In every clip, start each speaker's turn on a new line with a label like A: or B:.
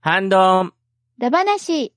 A: ハンドン。
B: ダバナシ。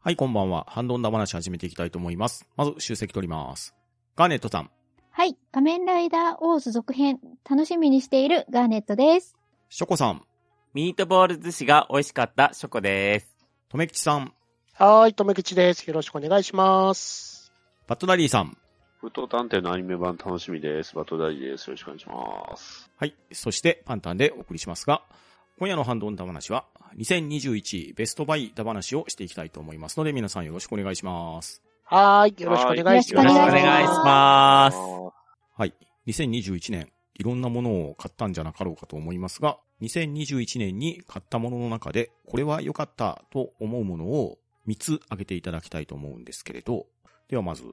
C: はい、こんばんは。ハンドンダ話始めていきたいと思います。まず、集積取ります。ガーネットさん、
B: はい。仮面ライダーオース続編、楽しみにしているガーネットです。
C: ショコさん、
A: ミートボール寿司が美味しかったショコです。
C: とめきちさん、
D: はーい、とめきちです。よろしくお願いします。
C: バットダリーさん、
E: 武闘探偵のアニメ版楽しみです。バトダイです。よろしくお願いします。
C: はい、そしてパンタンでお送りしますが、今夜のハンドンダ話は、2021ベストバイダ話をしていきたいと思いますので、皆さんよろしくお願いします。
D: はーい、よろしくお願いし
B: は
A: よ
B: い
D: ま
A: ろ
D: す。
A: しくお願いします。
C: はい。2021年、いろんなものを買ったんじゃなかろうかと思いますが、2021年に買ったものの中で、これは良かったと思うものを3つ挙げていただきたいと思うんですけれど、ではまず、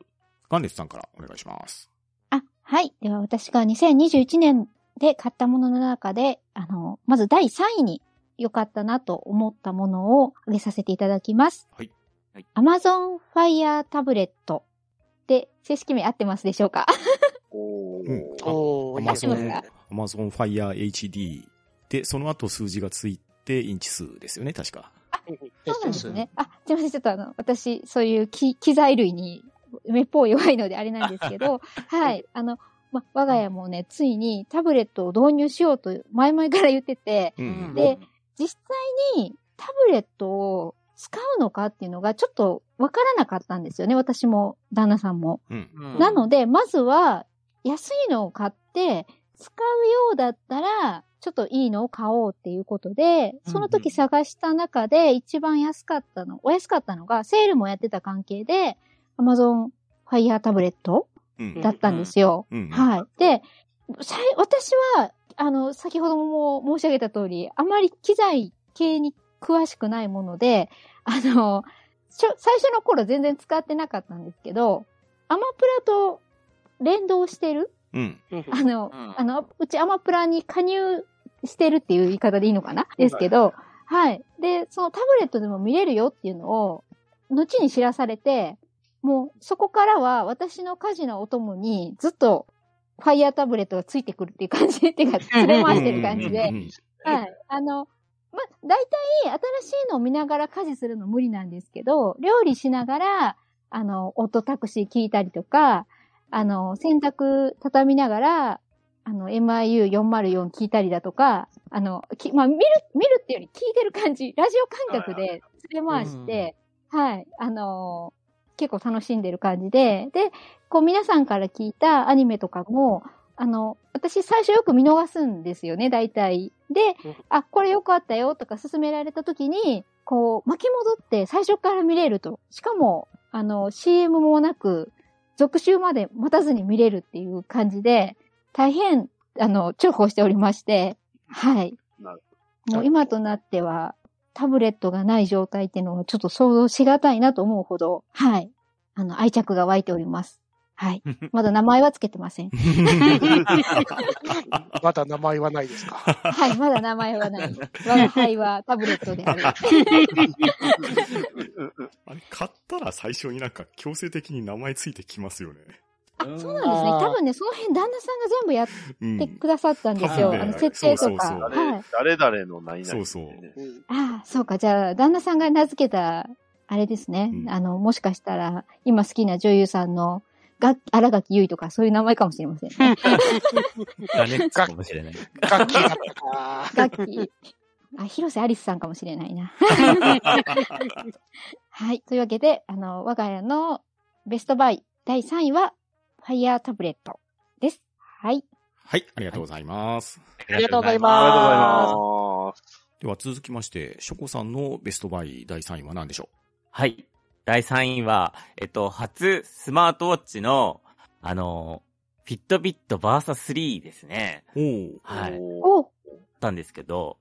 C: ガンレスさんからお願いします。
B: あ、はい。では私が2021年で買ったものの中で、あの、まず第3位に良かったなと思ったものを挙げさせていただきます。
C: はい
A: はい。
B: Amazon Fire タブレットで正式名合ってますでしょうか
E: おー
C: うん
D: おー、いいです
B: そうです
D: ね
B: か。
C: Amazon Fire HD で、その後数字がついてインチ数ですよね、確か。
B: そうなんですね。あ、すいません。ちょっとあの、私、そういう機機材類に、めっぽう弱いのであれなんですけど、はい。あの、ま、我が家もね、ついにタブレットを導入しようと、前々から言ってて、
C: うん
B: で、実際にタブレットを使うのかっていうのがちょっとわからなかったんですよね。私も旦那さんも。
C: うん。
A: うん
B: なので、まずは安いのを買って、使うようだったら、ちょっといいのを買おうっていうことで、その
A: うんうん
B: 時探した中で一番安かったの、お安かったのが、セールもやってた関係で、Amazon Fire タブレット
C: うん。
B: だったんですよ。
C: うん。
B: はい。で、さい私は、あの、先ほども申し上げた通り、あまり機材系に詳しくないもので、あの、しょ最初の頃全然使ってなかったんですけど、アマプラと連動してる
C: うん。
D: うん
B: あの、
A: うん
B: あの、うちアマプラに加入してるっていう言い方でいいのかなですけど、はい。で、そのタブレットでも見れるよっていうのを、後に知らされて、もうそこからは私の家事のお供にずっとファイヤータブレットがついてくるっていう感じっていうか、連れ回してる感じ
C: うんうんうん
B: で、はい。あの、ま、大体新しいのを見ながら家事するの無理なんですけど、料理しながら、あの、オットタクシー聞いたりとか、あの、洗濯畳みながら、あの、MIU404 聞いたりだとか、あの、きまあ、見る、見るっていうより聞いてる感じ、ラジオ感覚で連れ回して、はい、あのー結構楽しんでる感じで、で、こう皆さんから聞いたアニメとかも、あの、私最初よく見逃すんですよね、大体。で
D: うん、
B: あ、これよかったよとか勧められた時に、こう、巻き戻って最初から見れると。しかも、あの、CM もなく、続集まで待たずに見れるっていう感じで、大変、あの、重宝しておりまして、はい。
E: なる
B: もう今となっては、タブレットがない状態っていうのはちょっと想像しがたいなと思うほど、はい。あの、愛着が湧いております。はい。まだ名前はつけてま せん。
D: まだ名前はないですか。
B: はい、まだ名前はない。我が輩はタブレットである。
F: あれ、買ったら最初になんか強制的に名前ついてきますよね。
B: あ、 そうなんですね。多分ね、その辺旦那さんが全部やっ
F: うん
B: て。くださったんですよ。
F: うん
B: あの、設定
F: そう
B: と
F: そうそ
B: か。
F: う
B: はい。
E: 誰、誰々の何々、ね。
F: そうそう
D: うん
B: ああ、そうか。じゃあ、旦那さんが名付けた、あれですね。
F: うん
B: あの、もしかしたら、今好きな女優さんの、が、荒垣結衣とか、そういう名前かもしれませんね。
A: ガネッツかもしれない。
D: 楽器だったな。
B: 楽器。あ、広瀬アリスさんかもしれないな。はい。というわけで、あの、我が家のベストバイ第3位は、ファイヤータブレットです。はい。
C: はい、ありがとうございます。
A: あ
D: りがとうございます
E: ありがとうございます。
C: では続きまして、ショコさんのベストバイ第3位は何でしょ
A: はい。第3位は、えっと、初スマートウォッチの、あの、フィットビットバーサ3ですね。
C: うお
A: はい。だっ
E: おー
B: おう
A: たんですけど、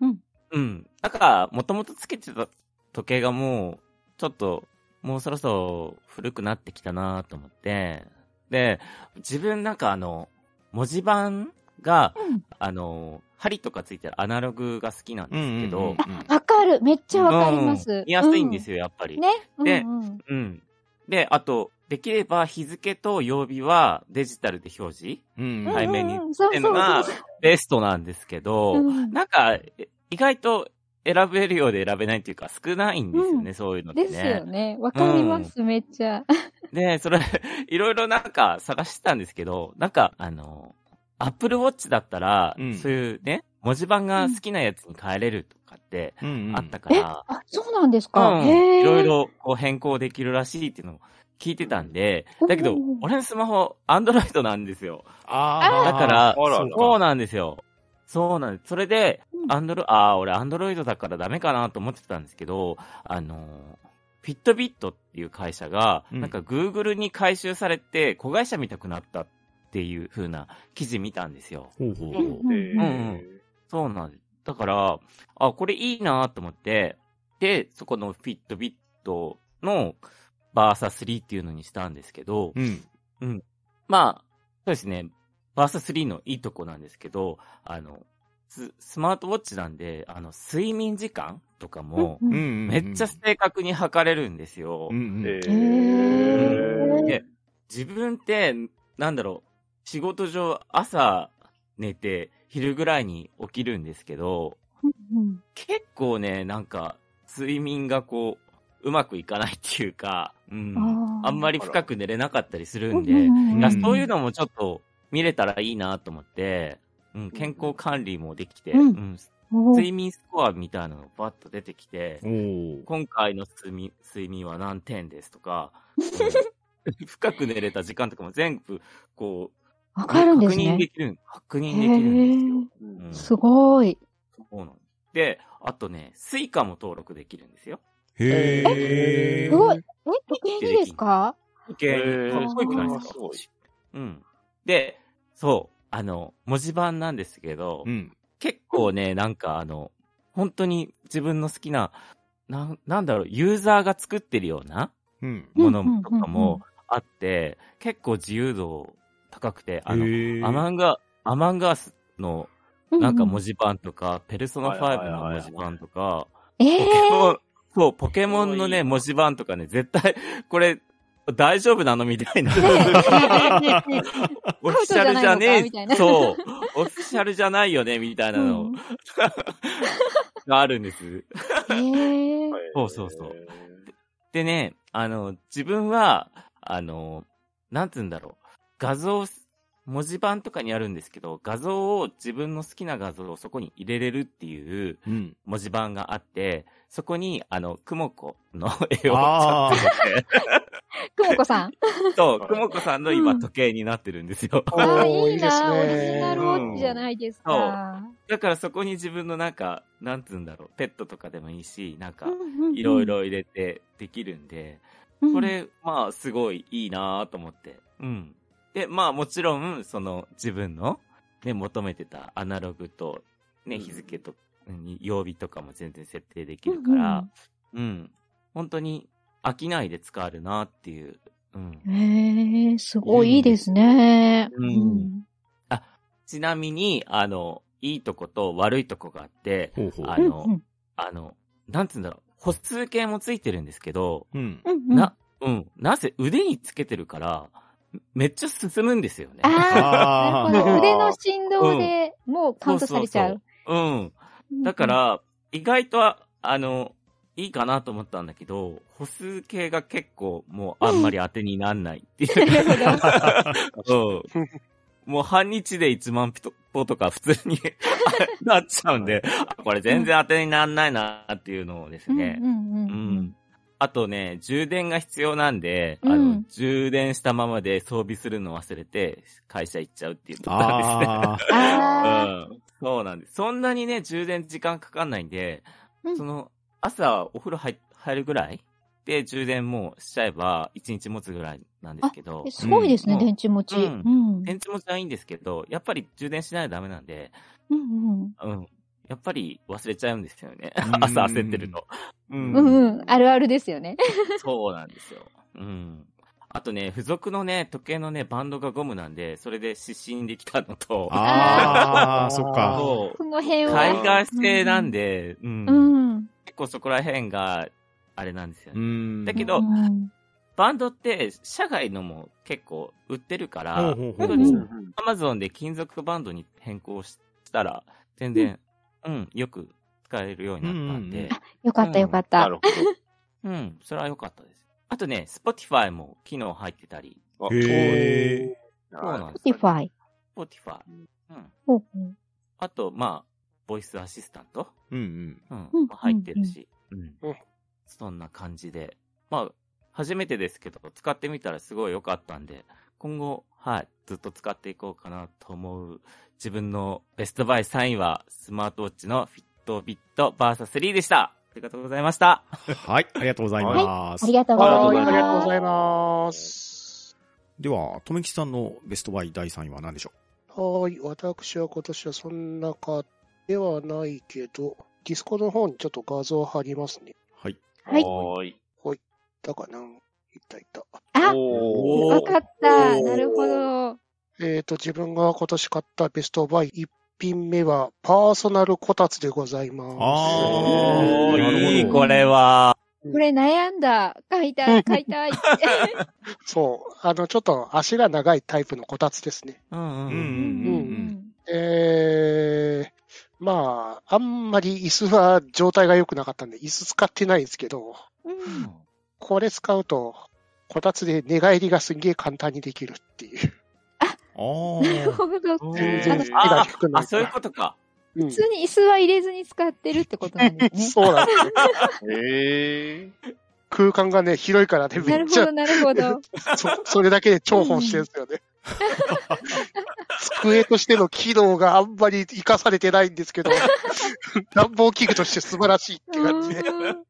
B: うんうん。
A: うん。なんか、もともとつけてた時計がもう、ちょっと、もうそろそろ古くなってきたなと思って、で、自分なんかあの、文字盤が、
B: うん。
A: あの、針とかついてるアナログが好きなんですけど、
C: うんうんうんうん
B: わかる。めっちゃわかります。
A: うん見やすいんですよ、やっぱり。
B: ね。
A: で
B: うんうん、
A: うん。で、あと、できれば日付と曜日はデジタルで表示
C: うん
A: 背面に
B: うんうんうん
A: っ
B: そう
A: てい
B: そ
A: ううのが
B: そう
A: ベストなんですけど、
B: うん
A: なんか、え意外と選べるようで選べないというか少ないんですよね、そういうのって
B: で
A: ね。
B: すよね。わかります、めっちゃ。
A: で、それ、 いろいろなんか探してたんですけど、なんか、あの、Apple Watch だったら、
C: うん
A: そういうね、文字盤が好きなやつに変えれるとかって
C: うんうん
A: あったか
B: え、
A: ら、
B: あ、そうなんです
A: う
B: か。
A: ん
B: へえ。
A: いろいろこう変更できるらしいっていうのを聞いてたんで、だけど
B: うんうんうん、
A: 俺のスマホ、Android なんですよ。
C: あ
A: だ
C: あ、
A: から、
E: あら
A: そう
C: そう
A: なんですよ。そうなんです。それで
B: う、ん
A: アンドロ、ああ、俺アンドロイドだからダメかなと思ってたんですけど、あのー、フィットビットっていう会社が、
C: うん
A: なんか Google に回収されて、子会社みたくなったっていう風な記事見たんですよ。
C: ほうほう
E: え
C: ほ
B: う
C: う。
B: んうん
A: うんそうなんです。だから、あ、これいいなと思って、で、そこのフィットビットのバーサ3っていうのにしたんですけど、
C: うん。
A: まあ、そうですね。バース3のいいとこなんですけど、あの、ススマートウォッチなんで、あの、睡眠時間とかも、
B: うん
C: うんう
B: うん
C: ん。
A: めっちゃ正確に測れるんですよ。
C: うんうん。
E: え
B: へ
E: ー
B: ー
A: で、自分って、なんだろう、仕事上朝寝て昼ぐらいに起きるんですけど、
B: うん
A: 結構ね、なんか、睡眠がこう、うまくいかないっていうか、うん、
B: あー
A: あんまり深く寝れなかったりする
B: うんん
A: で、
B: うん
A: いうや、
B: ん
A: そういうのもちょっと見れたらいいなと思って、うん、健康管理もできて、う
B: うん
A: ん、
B: おー
A: 睡眠スコアみたいなのがバッと出てきて、
C: おー
A: 今回の睡眠睡眠は何点ですと か、うん深く寝れた時間とかも全部、こう、
B: わかるんで
A: 確
B: す
A: 認
B: ね
A: で。きる、確認できるん
E: う
A: ですよ。
E: ん
A: うん、
B: すごい。
A: そうなんで、あとね、スイカも登録できるんですよ。
C: へ
B: え
C: ー
B: すごい。えっと、便利ですか
A: 余計にかっこよくないです
E: へー
A: か
E: すごい
A: うん。で、そう、あの、文字盤なんですけど、
C: うん。
A: 結構ね、 なんかあの、本当に自分の好きな、なん、なんだろう、ユーザーが作ってるような
C: うん。
A: ものとか
B: うんうんうんうん
A: もあって、結構自由度高くて、あの、アマ
C: の、
A: ンガ、アマンガースのなんか文字盤とか、ペルソナ
E: はいはい
A: 5の
E: はいはい
A: 文字盤とか、
B: え
A: ポ
B: え
A: ケモン、そう、ポケモンの
E: すご
A: ね、
E: い
A: 文字盤とかね、絶対、これ、大丈夫なのみたいな。 オフィシャルじゃ
B: アウトじゃないの
A: ね
B: かみたい
A: え、
B: な
A: そう、オフィシャルじゃないよね、みたいなのがあるんです。
B: ええ
A: そうそうそう。でね、あの、自分は、あの、なんつうんだろう。画像、文字盤とかにあるんですけど、画像を、自分の好きな画像をそこに入れれるっていう
C: うん。
A: 文字盤があって、そこに、あの、くもこの絵をちゃ
C: あ
A: んと入れて、
B: くもこさん。
A: そう、くもこさんの今
B: うん
A: 時計になってるんですよ。
D: お
B: ああ、い
D: ーい
B: い
D: いです
B: な。オリジナ
D: ね
B: ル。ウォッチじゃないですか。
A: だからそこに自分のなんか、なんつうんだろう、ペットとかでもいいし、なんか
B: うん、うんうん
A: いろい、ろ入れてできるんで、これ、まあ、すごいいいなぁと思って。うん。で、まあ、もちろん、その、自分の、ね、求めてたアナログと、ね、
E: うん
A: 日付と、うん曜日とかも全然設定できるから、うん、本当に飽きないで使えるなっていう。うん。
B: うん。へえ、すごいいいですね。
A: うんちなみに、あの、いいとこと悪いとこがあって、
C: ほうほう。
A: あ
B: うん
A: の、
B: うん
A: あの、なんつうんだろう、歩数計もついてるんですけど、
C: うん。
B: うんうん
A: な、うん、なぜ腕につけてるから、めっちゃ進むんですよね。
B: ああ、なるほ
E: あ
B: ど。
E: ー
B: 腕の振動でもうカウントされちゃう。
A: うん。だか、ら、意外とは、あの、いいかなと思ったんだけど、歩数計が結構もうあんまり当てになんないっていう。
B: なるほど。
A: うん。もう半日で1万歩とか普通に なっちゃうんで、あこれ全然当てになんないなっていうのをです
B: うんう
A: ね。
B: ん
A: う
B: うん
A: ん。あとね、充電が必要なんで、あ
B: う
A: の
B: ん、
A: 充電したままで装備するの忘れて、会社行っちゃうっていうところですね。
C: ああ。
B: ああ、
A: うんそうなんです。そんなにね、充電時間かかんないんで、
B: うん
A: その、朝お風呂入入るぐらいで充電もうしちゃえば、1日持つぐらいなんですけど
B: え、すごいですね、
A: うん
B: 電池持ち。
A: う
B: うんん。うん
A: 電池持ちはいいんですけど、やっぱり充電しないとダメなんで、
B: うん。
A: うん。やっぱり忘れちゃうんですよね
C: う。ん
A: 朝焦ってると。ううん
B: うんうん。あるあるですよね。
A: そうなんですよ。うん。あとね、付属のね、時計のね、バンドがゴムなんで、それで失神できたのと、
C: ああ、そっか。
A: そう
B: この辺
A: 海
B: は。
A: 外製なんで、うん
B: うん。
A: 結構そこら辺が、あれなんですよ
C: う
A: ね。
C: ん。
A: だけど
B: うん
A: バンドって、社外のも結構売ってるから、
C: ほうほうほ
B: う
C: う
B: んうん
A: アマゾンで金属バンドに変更したら、全然、うん、よく使えるようになったんで、
B: よかったよかった。
E: なるほ
A: うん、それは良かったです。あとね、Spotify も機能入ってたり、
E: ど。あ
C: へー
E: そう
A: そう
E: な
A: なんん
E: で
A: ですす。
B: ティファイ。
A: Spotify。うん。
B: ほうほう
A: あと、まあ、ボイスアシスタント、
C: うんうん。
A: うん
B: うん、
A: も入ってるし、うん
D: うん
A: そんな感じで、まあ、初めてですけど、使ってみたらすごい良かったんで、今後、はい、ずっと使っていこうかなと思う。自分のベストバイ3位は、スマートウォッチのフィットビットバーサス3でした。ありがとうございました。
C: はい、ありがとうございます
B: あり。がとうござい
D: はい、
B: ます。
D: ありがとうございます。
C: では、とめきさんのベストバイ第3位は何でしょ
D: はい、私は今年はそんなかではないけど、ディスコの方にちょっと画像を貼りますね。
C: うはい。
B: はい
E: はーい。
D: だからな、いったいった。
B: あ
E: お
B: わ
E: ー
B: かった。なるほど。
D: えっ、と、自分が今年買ったベストバイ1品目は、パーソナルこたつでございます。
C: あーなるほど
A: いい、これは。
B: これ悩んだ。買いたい、買いたい。
D: そう。あの、ちょっと足が長いタイプのこたつですね。
A: うん
C: う
A: うん。
C: ん
D: えー、まあ、あんまり椅子は状態が良くなかったんで、椅子使ってないんですけど、
B: うん
D: これ使うと、こたつで寝返りがすんげえ簡単にできるっていう。
C: うんうん。
B: なる
C: あ
B: ほど。普
D: 全然手
A: あ
D: が低くな
A: あ、
D: い
A: そ
D: か
A: ういう
D: ら。
A: ことか。
D: うん
B: 通に椅子は入れずに使ってるってことなんですね。
D: そうなんですよ。
E: え
D: 空間がね、広いからね、
B: な
D: めっ
B: るほ
D: ちゃ
B: ど、なるほど。
D: そ、それだけで重宝してるんです よね。机としての機能があんまり活かされてないんですけど、暖房器具として素晴らしいって感じで。
B: うん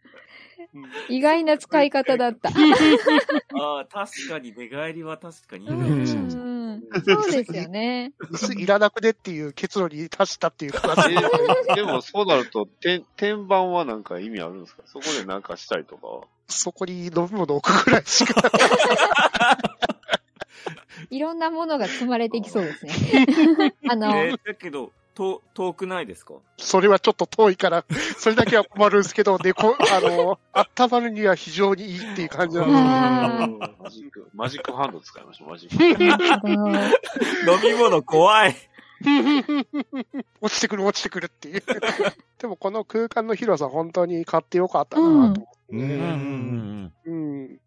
B: 意外な使い方だった。
A: ああ、確かに、寝返りは確かにいい
B: うん
A: な。
B: うんそうですよね。
D: 椅子いらなくねっていう結論に達したっていう形で。
E: ー。でも、 そうなると、て天板はなんか意味あるんですかそこでなんかしたりとかは。
D: そこに飲み物置くぐらいしか。
B: いろんなものが積まれてきそうですね。 あの、
A: えーだけど、と、遠くないですか
D: それはちょっと遠いから、それだけは困るんですけど、猫、あの、温まるには非常にいいっていう感じなんで
B: あー
E: マジック、マジックハンド使いました、マジック。
B: なるほど
A: 飲み物怖い。
D: 落ちてくる落ちてくるっていう。 でもこの空間の広さ本当に買ってよかったなと。
C: う
A: う
C: んうん。
D: うん。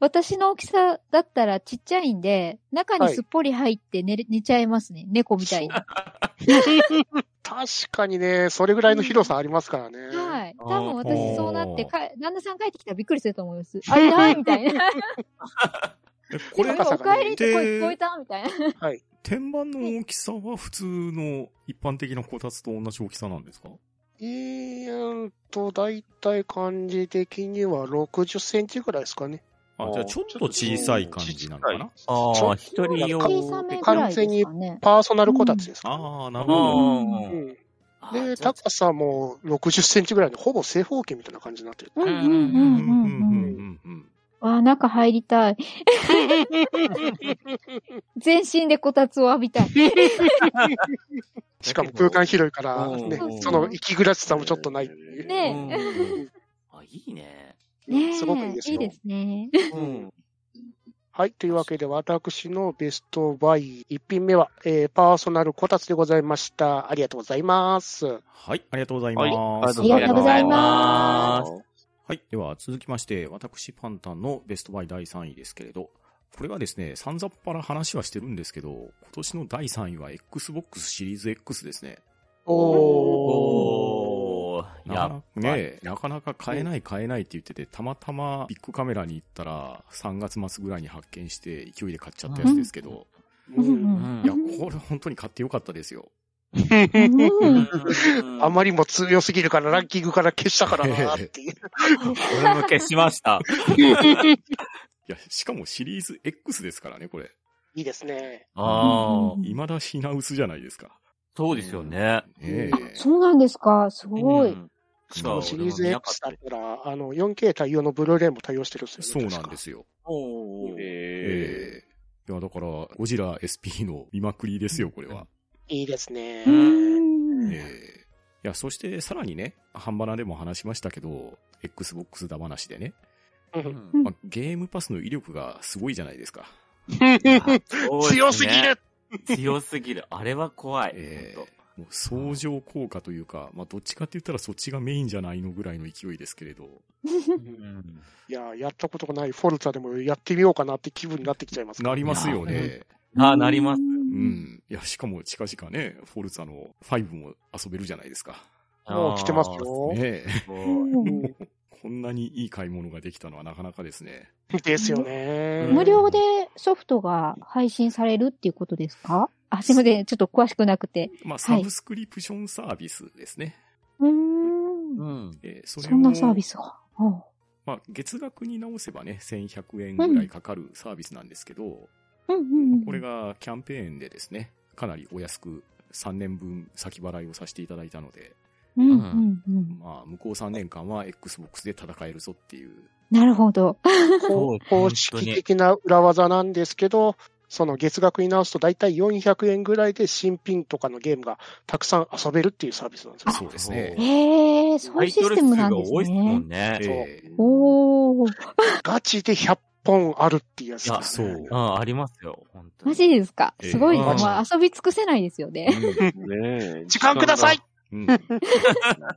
B: 私の大きさだったらちっちゃいんで、中にすっぽり入って寝れ寝ちゃいますね。猫みたいに。
D: 確かにね、それぐらいの広さありますからね。
B: はい。
A: あ
B: 多
A: ー
B: 分私そうなって
C: ほう
B: か、旦那さん帰ってきたらびっくりすると思います。あれだみたいな。
C: えこれ
D: ま、さ
B: お
D: かね
B: 帰りって声聞こえたみたいな。
C: 天板の大きさは普通の一般的なこたつと同じ大きさなんですか
D: えーんと、だいたい感じ的には60センチぐらいですかね。
C: あ、じゃあちょっと小さい感じなのかな
A: あ
D: ちょ
A: あ、一人用。
B: 小さめぐらいですかね。
D: パーソナルこたつですか、
C: ああ、なる
A: う
C: ほど。
A: ん
D: うん
A: あー
D: で、
A: じゃあ
D: 高さも60センチぐらいの、ほぼ正方形みたいな感じになってる。
B: うんうん
C: う
B: うんん
C: う
B: うん
C: ん
B: うん。
C: うんうん。
B: わあ、中入りたい。 全身でこたつを浴びた い。
D: しかも空間広いから、
A: うん
D: ね
A: うん、
D: その息苦しさもちょっとないっていう。
B: ね
A: うんあ、いいね。
B: ねえ。
D: すごくいいですよ。
B: いいですね。
A: うん。
D: はい。というわけで、私のベストバイ1品目は、えーパーソナルこたつでございました。ありがとうございます。
C: はい、ありがとうござい
E: はい
C: ま
E: あ。
C: す。
B: ありがとうござい
A: ます
C: はい。では、続きまして、私、パンタンのベストバイ第3位ですけれど、これはですね、散々っぱら話はしてるんですけど、今年の第3位は Xbox シリーズ X ですね。
A: おー。や
C: な
A: っ
C: か
A: ぱ
C: なかね、なかなか買えない買えないって言ってて、たまたまビッグカメラに行ったら、3月末ぐらいに発見して、勢いで買っちゃったやつですけど、
B: うん
A: う
B: うん
A: ん
C: いや、これ本当に買ってよかったですよ。
B: うんうん
A: うん
D: あまりも強すぎるからランキングから消したからなっていう。
A: 俺も消しま した。
C: いや、しかもシリーズ X ですからね、これ。
D: いいですね。
A: ああ、
C: 未だ品薄じゃないですか。
A: そうですよね。
C: ねえ
B: あそうなんですか。す
A: す
B: ごい。。
D: しかもシリーズ
A: 俺も見なかっ
D: X
A: た
D: だったら、あの、4K 対応のブルーレイも対応してるんです
C: そ
D: よ
C: う
D: ね。。
C: なんですすよ。
A: お ー
E: え
C: ええいや、だから、ゴジラ SP の見まくりですよ、これは。
D: いいですね。
B: うーん。
C: ええいや、そしてさらにね、半ばなでも話しましたけど、Xbox だ話でね、
D: う
A: うんん
C: まあ、ゲームパスの威力がすごいじゃないですか。
A: あそうですね
D: 強すぎる
A: 強すぎる。あれは怖い。
C: え
A: ほんと
C: えもう相乗効果というか、まあ、どっちかって言ったらそっちがメインじゃないのぐらいの勢いですけれど、
D: いや、やったことがないフォルツァでもやってみようかなって気分になってきちゃいますから
C: なりますよね。
A: ああ、なります。
C: う
B: うん。
C: ん。いや、しかも近々ね、フォルツァの5も遊べるじゃないですか。
D: もう来てます
C: ね
D: よ。
C: え。
A: あー。
D: うん
C: こんなにいい買い物ができたのはなかなかですね。
D: ですよね。
B: 無料でソフトが配信されるっていうことですかあ、すいません。ちょっと詳しくなくて。
C: まあ、
B: は
C: サ
B: い
C: ブスクリプションサービスですね。
B: うーん。
A: うん。
C: えーそれ
B: そんなサービ
C: ス。
B: スが。うん
C: まあ、月額に直せばね、1100円ぐらいかかるサービスなんですけど、
B: うんうんうん。
C: これがキャンペーンでですね、かなりお安く3年分先払いをさせていただいたので、
B: うんうんうん。
C: まあ、向こう3年間は Xbox で戦えるぞっていう。
B: なるほど。
A: そう
D: 公式的な裏技なんですけど、その月額に直すと大体400円ぐらいで新品とかのゲームがたくさん遊べるっていうサービスなんですよ。
C: そうですね。
B: ええそういうシステムなんです
A: タイトル数が多いですも
B: ね。
A: んね。
D: そう
C: えー
B: おー。
D: ガチで100本あるっていうやつ
A: いや
D: です
C: そ
D: ね
C: う。
A: ああ、ありますよ。本当に
B: マジですか
C: ええ
B: すごい。
A: うん
B: まあ、遊び尽くせないですよね。
E: ねえ
D: 時間ください
C: うん。 うんいや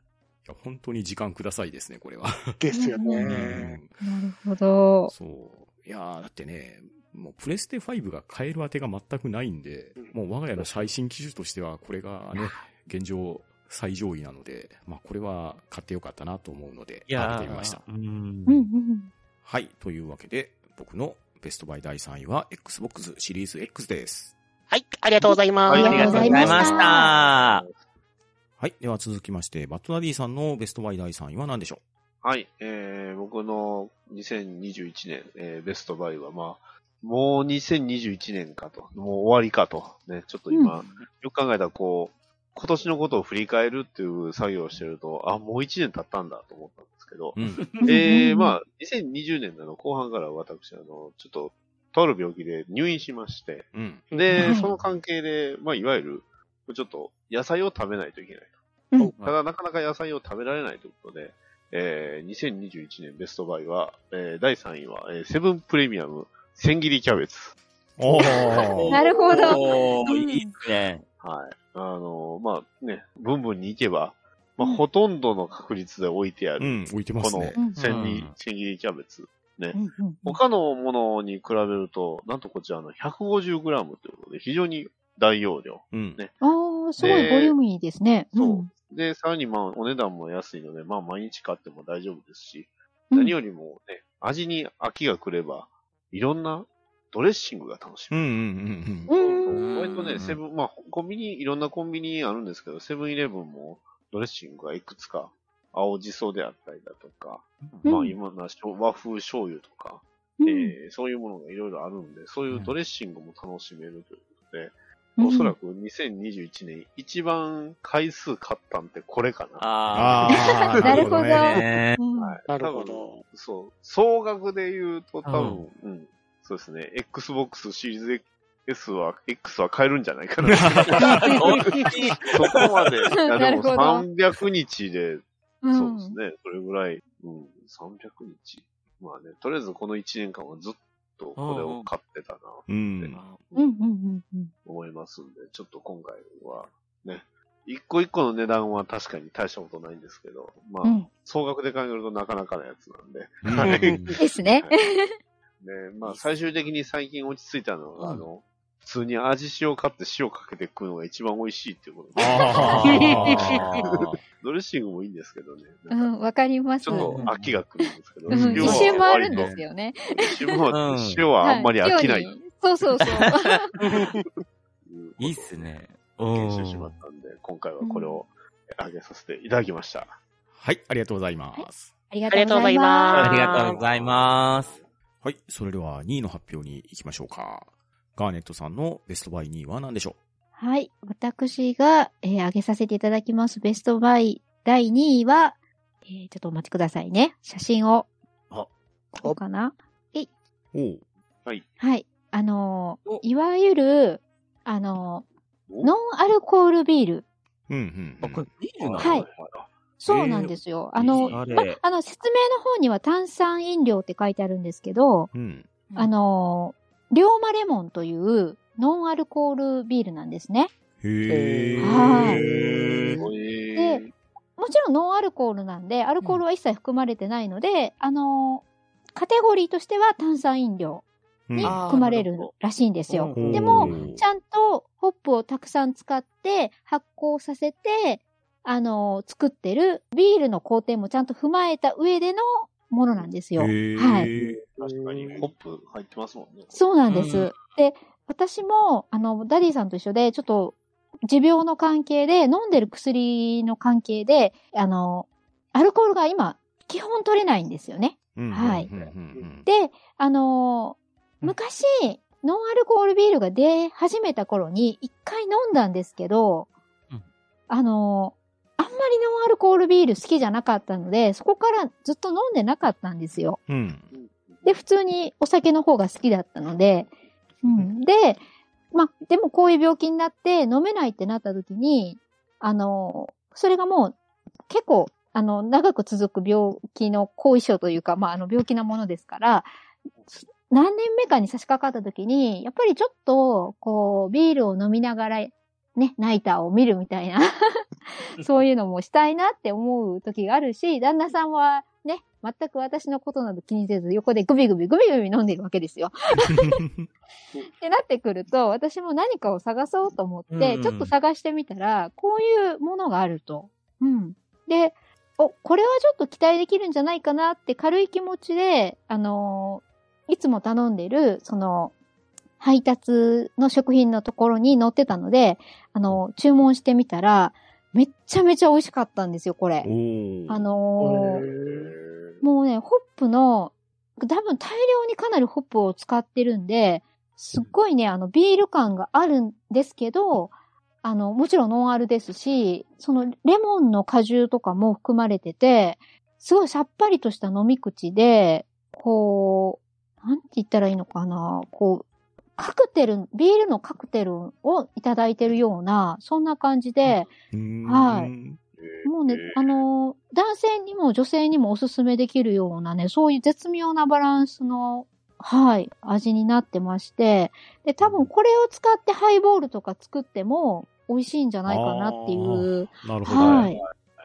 C: 本当に時間くださいですね、これは。
D: ですよ
C: うん
D: ね。
B: なるほど。
C: そう。いやーだってね、もうプレステ5が買える当てが全くないんで、もう我が家の最新機種としては、これがね、現状最上位なので、まあこれは買ってよかったなと思うので、
A: いや
C: 買ってみました。
A: ーうん
B: うんうん。
C: はい。というわけで、僕のベストバイ第3位は Xbox シリーズ X です。
D: はい、ありがとうございます。
E: はい
B: ありがとうございました
A: あ
C: はい。では続きまして、バットダディさんのベストバイ第3位は何でしょ
E: はい、えー、僕の2021年、えーベストバイは、まあ、もう2021年かと、もう終わりかと、ね、ちょっと今、
B: う
E: よく考えたら、こう、今年のことを振り返るっていう作業をしてると、あ、もう1年経ったんだと思ったんですけど、
C: ううん。
E: で、まあ、2020年の後半から私、あの、ちょっと、とある病気で入院しまして、
C: うん。
E: で、
B: はい
E: その関係で、まあ、いわゆる、ちょっと、野菜を食べないといけない。
B: うん
E: ただ、なかなか野菜を食べられないということで、えー、2021年ベストバイは、えー、第3位は、えー、セブンプレミアム、千切りキャベツ。
C: お
A: ー
C: ー
B: なるほど。
A: おーいいですね。
E: はい。あのーまあ、ね、ブンブンに行けば、まあ、
B: うん
E: ほとんどの確率で置いてあ
C: う
E: る、
C: ん、置いてま
E: こ
C: す
E: の
C: ね。
E: 千切
A: う
E: り
A: ん、
E: 千切りキャベツ。
B: うんうん
E: 他のものに比べると、なんとこちらの 150g ということで、非常に大容量。
C: うん。
E: ね
B: ああ、すごいボリューミーですね。
E: そう。で、さらにまあ、お値段も安いので、まあ、毎日買っても大丈夫ですし、
B: うん
E: 何よりもね、味に飽きが来れば、いろんなドレッシングが楽し
C: うん
E: め
C: う
E: る。
C: んう
B: う
C: ん
E: そ
B: ん。
E: う割と
A: う
E: ね、
A: ん
E: セブン、まあ、コンビニ、いろんなコンビニあるんですけど、セブンイレブンもドレッシングがいくつか、青じそであったりだとか、
B: うん
E: まあ、今の和風醤油とか、えーそういうものがいろいろあるんで、そういうドレッシングも楽しめるということで、
B: うん
E: おそらく2021年一番回数買ったんってこれかな。
A: あ
C: あ ー
B: なるほど。
C: ね
A: ね
B: うん
E: はい
D: なるほど。
E: 多分そう、総額で言うと多分、うん、そうですね、Xbox シリーズ S は、X は買えるんじゃないかな。そこま で、いや
B: な
E: で
B: る
E: も
B: ほど
E: 300日で、
B: うん
E: そうですね、それぐらい、うん、300日。まあね、とりあえずこの1年間はずっとこれを買ってたな、
C: うん。
B: うんうんうんうん。
E: 思いますんで、ちょっと今回はね、一個一個の値段は確かに大したことないんですけど、まあ、
B: うん
E: 総額で考えるとなかなかなやつなんで、
C: うん
B: ですね。
E: ね、まあ最終的に最近落ち着いたのは、あの、普通に味塩買って塩かけて食うのが一番美味しいっていうことで、
C: あー
E: ドレッシングもいいんですけどね、
B: う
E: なん
B: ん、
E: か
B: わかります。
E: ちょっと
B: う
E: 飽きが来るんですけど、
B: ん、
E: 塩
B: 自
E: は
B: 信もあるん
E: 割と
B: ですよね。
E: 塩は
A: うん
E: 塩はあんまり飽きな。
B: はいい。そうそう そう。
A: いいっす。ね。うん
E: 研修してもらったんで、今回はこれをあげさせていただきました。
C: はい、ありがとうございます。
B: ありがとうございます。
A: ありがとうございます。
C: はい、それでは2位の発表に行きましょうか。ガーネットさんのベストバイ2位は何でしょ
B: はい。私が、えー挙げさせていただきますベストバイ第2位は、えーちょっとお待ちくださいね。写真を。
A: あ
B: こうかな
C: おう。
B: はい。あのー
A: お
B: いわゆる、あのー
E: お
B: ノンアルコールビール。
C: うんうん、う
A: あ、
C: ん。
A: これビールなの
B: はいそうなんですよ。あの、
A: あれ
B: ま、あの、説明の方には炭酸飲料って書いてあるんですけど、
C: うん。
A: うん
B: あのー、龍馬レモンというノンアルコールビールなんですね。
C: へえ。
B: はい
C: へー
E: えー、
B: もちろんノンアルコールなんで、アルコールは一切含まれてないので、あのー、カテゴリーとしては炭酸飲料に
A: あー
B: 含まれる
A: なるほ
B: らしいんですよ。
A: ど
B: で
C: う
B: も
C: ん
B: ちゃんとホップをたくさん使って発酵させて、あのー、作ってるビールの工程もちゃんと踏まえた上でのものなんですよ。
C: へえ
B: はい。
E: 確かに、ホップ入ってますもんね。
B: そうなんです。
A: うん
B: で、私も、あの、ダディさんと一緒で、ちょっと、持病の関係で、飲んでる薬の関係で、あの、アルコールが今、基本取れないんですよね。
C: うん
B: はい
C: うんうん
B: で、あの、昔、ノンアルコールビールが出始めた頃に、一回飲んだんですけど、
A: うん
B: あの、あんまりノンアルコールビール好きじゃなかったので、そこからずっと飲んでなかったんですよ。
C: うん。うん。
B: で、普通にお酒の方が好きだったので、うん。で、まあ、でもこういう病気になって飲めないってなった時に、あの、それがもう結構、あの、長く続く病気の後遺症というか、まあ、あの、病気なものですから、何年目かに差し掛かった時に、やっぱりちょっと、こう、ビールを飲みながら、ね、ナイターを見るみたいな、そういうのもしたいなって思う時があるし、旦那さんはね、全く私のことなど気にせず、横でグビグビグビグビ飲んでるわけですよ。 ってなってくると、私も何かを探そうと思って、
A: うんうん
B: ちょっと探してみたら、こういうものがあると。うん。で、お、これはちょっと期待できるんじゃないかなって軽い気持ちで、あのーいつも頼んでる、その、配達の食品のところに載ってたので、あのー注文してみたら、めっちゃめちゃ美味しかったんですよ、これ。
C: お
B: あ
C: ー
B: のーもうね、ホップの、多分大量にかなりホップを使ってるんで、すっごいね、あの、ビール感があるんですけど、あの、もちろんノンアルですし、そのレモンの果汁とかも含まれてて、すごいさっぱりとした飲み口で、こう、なんて言ったらいいのかな、こう、カクテル、ビールのカクテルをいただいてるような、そんな感じで、
C: うん。
B: はいもうね、あのー、男性にも女性にもおすすめできるようなね、そういう絶妙なバランスの、はい、味になってまして、で、多分これを使ってハイボールとか作っても美味しいんじゃないかなっていう、
C: なるほど。
B: はい。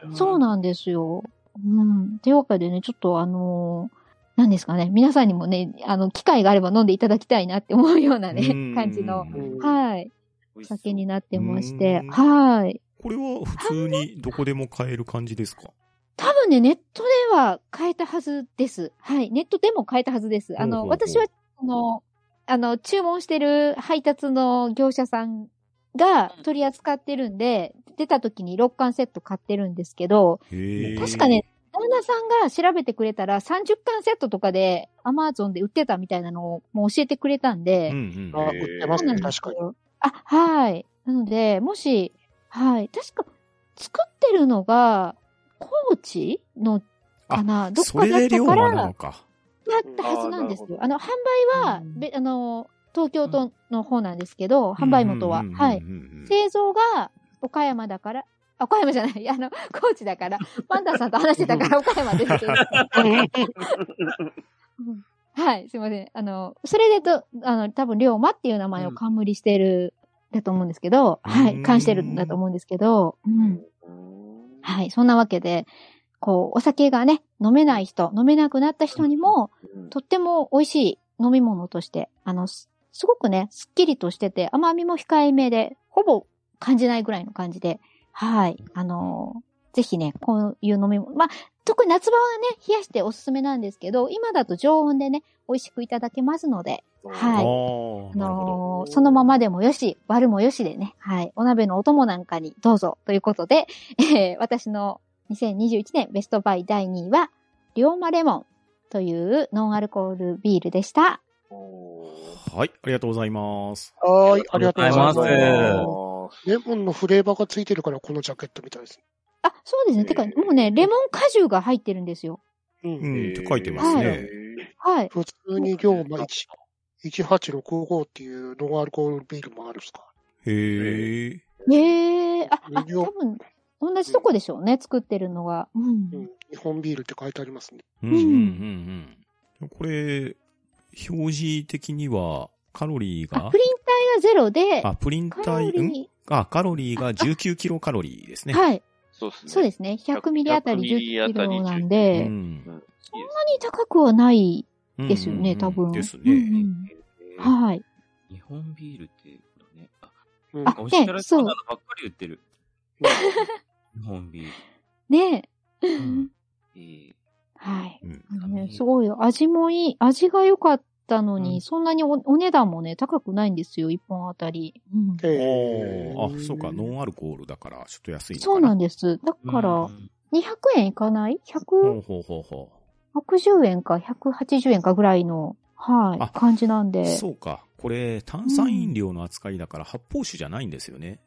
A: うん
B: そうなんですよ。うん。というわけでね、ちょっとあのー、何ですかね、皆さんにもね、あの、機会があれば飲んでいただきたいなって思うような
C: うん
B: ね、感じの、
D: うん
B: はい、
A: 美味しそう
B: 酒になってまして
C: うん、
B: はい。
C: これは普通にどこでも買える感じですか
B: 多分ね、ネットでは変えたはずです。はい。ネットでも変えたはずです。あの、
C: ほうほうほう
B: 私は、あの、あの、注文してる配達の業者さんが取り扱ってるんで、出た時に6巻セット買ってるんですけど、
C: へえ。
B: 確かね、旦那さんが調べてくれたら30巻セットとかで Amazon で売ってたみたいなのをもう教えてくれたんで、
C: うんうん。
D: あ、売ってます
B: そうな
D: ね、
B: んです
D: 確かに。
B: よあ、はい。なので、もし、はい。確か、作ってるのが、高知のかなどっ
C: そ
B: か
C: れ
B: だっ
C: で
B: た
C: 量
B: か
C: な
B: ら、
C: の
B: だっ
C: か。
B: たはずなんですよ。
E: うんあー
B: あの、販売は、
A: うん
B: べあの、東京都の方なんですけど、販売元は。
C: うんうんうんうん
B: はい。製造が岡山だから、あ岡山じゃない、あの、高知だから、パンダさんと話してたから岡山ですって言ってうんはい、すいません。あの、それでと、あの、多分、龍馬っていう名前を冠してる、だと思うんですけど、
C: うん
B: はい、冠してるんだと思うんですけど、うん。はい、そんなわけで、こう、お酒がね、飲めない人、飲めなくなった人にも、とっても美味しい飲み物として、あの、すすごくね、すっきりとしてて、甘みも控えめで、ほぼ感じないぐらいの感じで、はい、あのーぜひね、こういう飲み物、まあ、特に夏場はね、冷やしておすすめなんですけど、今だと常温でね、美味しくいただけますので、
C: ああ
B: はい
C: ー、
B: あ
C: なるほ
B: のーそのままでもよし、割るもよしでね、はい、お鍋のお供なんかにどうぞということで、えー私の2021年ベストバイ第2位は、龍馬レモンというノンアルコールビールでした。
C: ど。はい、ありがとうございます。
D: はーい、ありがとうございます。
A: ありがとうござい
D: レモンのフレーバーがついてるから、このジャケットみたいです。
B: あ、そうですね。てか、
E: えー
B: もうね、レモン果汁が入ってるんですよ。
C: う
D: うん
C: ん、って書いてますね。
B: ははい。
D: 普通に業務1 1865っていうノンアルコールビールもあるんですか。
C: へえ。
B: ええあ、あ、
D: 飲料
B: 多分、同じとこでしょうね、作ってるのが。うん
D: うん。日本ビールって書いてありますね。
C: うんうんうんうん。これ、表示的には、カロリー
B: あ、
C: が
B: プ、リン体がゼロで、
C: あ、プリン
B: カロ
C: 体、うん
B: リ
C: あ、カロリーが19キロカロリーです
B: ー、
C: ね。
B: はい。
E: そうですね。
B: そうですね。100ミリあたり10キロなん
C: う
B: で、そんなんに高くはないですよ
C: うんうんう
B: ね、
C: ん
B: 多分。
C: です
B: う
C: ね。
B: ん
A: え
B: う
A: ー
B: んはい。
A: 日本ビールって、これね、あ、
D: うん
B: あ
A: おしゃれそう
B: そう
A: なのばっかり売って る。日本ビー
B: ねえ。
A: ル。うんえー
B: はい、
C: うん
B: ねすごい、味もいい。味が良かったのに、
C: うん
B: そんなにおお値段もね、高くないんですよ、一本あたり。うん
D: ええ
C: おーあ、そうか、ノンアルコールだから、ちょっと安いのか
B: そ
C: な。
B: うなんです。だから、
A: うん
B: 200円いかない
C: ほ
B: ?160
C: うほうほうほ
B: 円か180円かぐらいの、は
C: あ
B: い、感じなんで。
C: う。
B: そう
C: そうか、これ、炭酸飲料の扱いだから、発泡酒じゃないんですよね。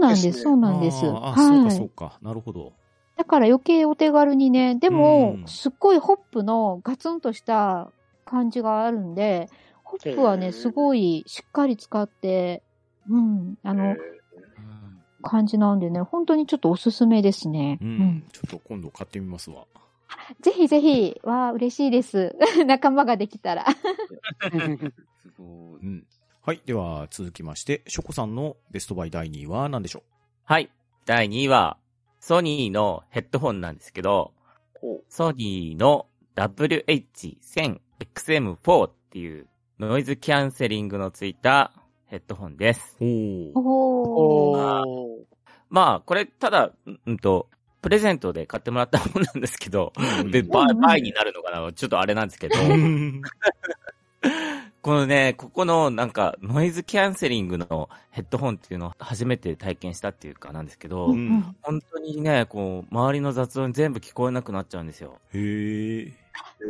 B: なんです、
D: ですね
B: そうなんです。
C: あーあ、そうか、
B: は
C: そう
B: い。
C: か。なるほど。
B: だから余計お手軽にね、でも
C: う、ん
B: すっごいホップのガツンとした感じがあるんで、ホップは
D: へ
B: ね、
D: ー
B: すごいしっかり使って、うん、あの、
A: うん
B: 感じなんでね、本当にちょっとおすすめですね。
C: う
B: うん
C: ん。ちょっと今度買ってみますわ。
B: ぜひぜひ、わあ、嬉しいです。 仲間ができたら。
A: すごい。
C: うん。はい。では、続きまして、ショコさんのベストバイ第2位は何でしょ
A: はい。第2位は、ソニーのヘッドホンなんですけど、
E: ほ
A: ソニーの WH1000XM4 っていうノイズキャンセリングのついたヘッドホンです。
C: うおー
B: おー。
D: おー
A: まあ、これ、ただ、うんうんと、プレゼントで買ってもらったものなんですけど、
C: うん
A: で、倍
B: うん
A: 倍になるのかなちょっとあれなんですけど、
C: うん
A: このね、ここのなんかノイズキャンセリングのヘッドホンっていうのを初めて体験したっていうかなんですけど、
C: うん
A: 本当にね、こう、周りの雑音全部聞こえなくなっちゃうんですよ。
C: へえ。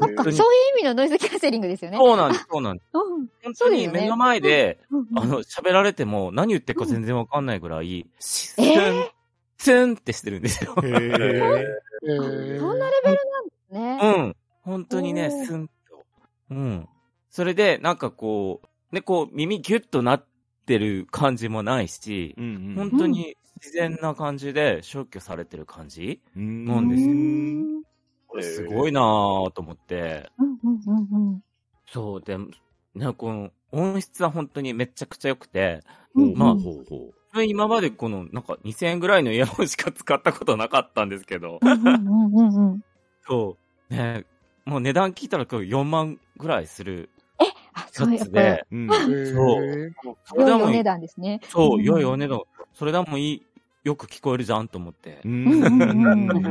B: そっか、そういう意味のノイズキャンセリングですよね。
A: そうなんです、そうなんです。
B: うん。
A: 本
B: そ
A: 当
B: うです
A: に
B: よね
A: 目の前で、
B: うん
A: あの、喋られても何言ってるか全然わかんないぐらい、ス
B: え
A: ン
B: ー、
A: スンってしてるんですよ。
C: へ
E: う。え
C: え。
D: ええ
B: そんなレベルなんです
A: う
B: ね。
A: ん。本当にね、
B: おー
A: スンと。うん。それで、なんかこう、ね、こう、耳ギュッとなってる感じもないし
C: う、ん
A: 本当に自然な感じで消去されてる感じ
C: うん。
A: なうんですよ
B: うん
A: これすごいなぁと思って。
B: うんうんうん
A: そう、で、ね、この、音質は本当にめちゃくちゃ良くて、
B: うん。
A: まあ
B: うん
C: ほうほ
A: 自分今までこの、なんか2000円ぐらいのイヤホンしか使ったことなかったんですけど。
B: うんうんうんうん。
A: そう。ねもう値段聞いたら今日4万ぐらいする
B: あ、そう、
A: や
B: やっ
A: つ
B: ぱ、
A: で、
C: う。うん。
A: そうそれ
B: 良い
A: で
B: お
A: もい
B: 値
A: い、
B: 段ですね。
A: そうう、
B: ん
A: 良いお値段。それでもいい、よく聞こえるじゃんと思って。
C: うん
B: うんうん
D: うん
C: う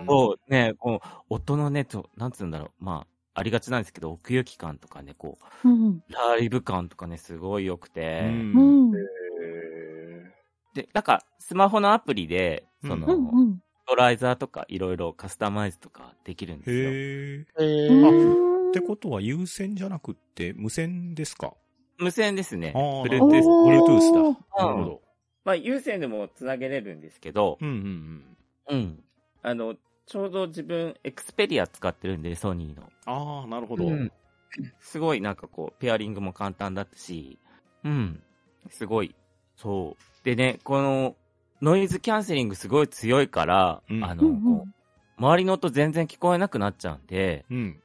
C: ん
A: そう、ねこう、音のね、と、なんつうんだろう、まあ、ありがちなんですけど、奥行き感とかね、こ
B: うん。
A: う、ライブ感とかね、すごい良く
C: う。
A: て。
B: うんん。うん
A: で、なんか、スマホのアプリで、その、
B: う
A: ス
B: ん。
A: トライザーとか、いろいろカスタマイズとかできるんですよ。
C: へえ。
D: ええ
B: うん
C: ってことは有線じゃなくって無線ですか
A: 無線ですね。
C: あー
A: Bluetooth
C: なるほど Bluetooth だ。
A: おー
C: なるほど。
A: まあ、有線でもつなげれるんですけど、
C: うんうん。
A: うん。あの、ちょうど自分、エクスペリア使ってるんで、ソニーの。
C: ああ、なるほど。
A: うんすごいなんかこう、ペアリングも簡単だったし、うん。すごい。そう。でね、この、ノイズキャンセリングすごい強いから、
C: うん
A: あの、
B: う
A: こ
B: んうん
A: う周りの音全然聞こえなくなっちゃうんで、
C: うん。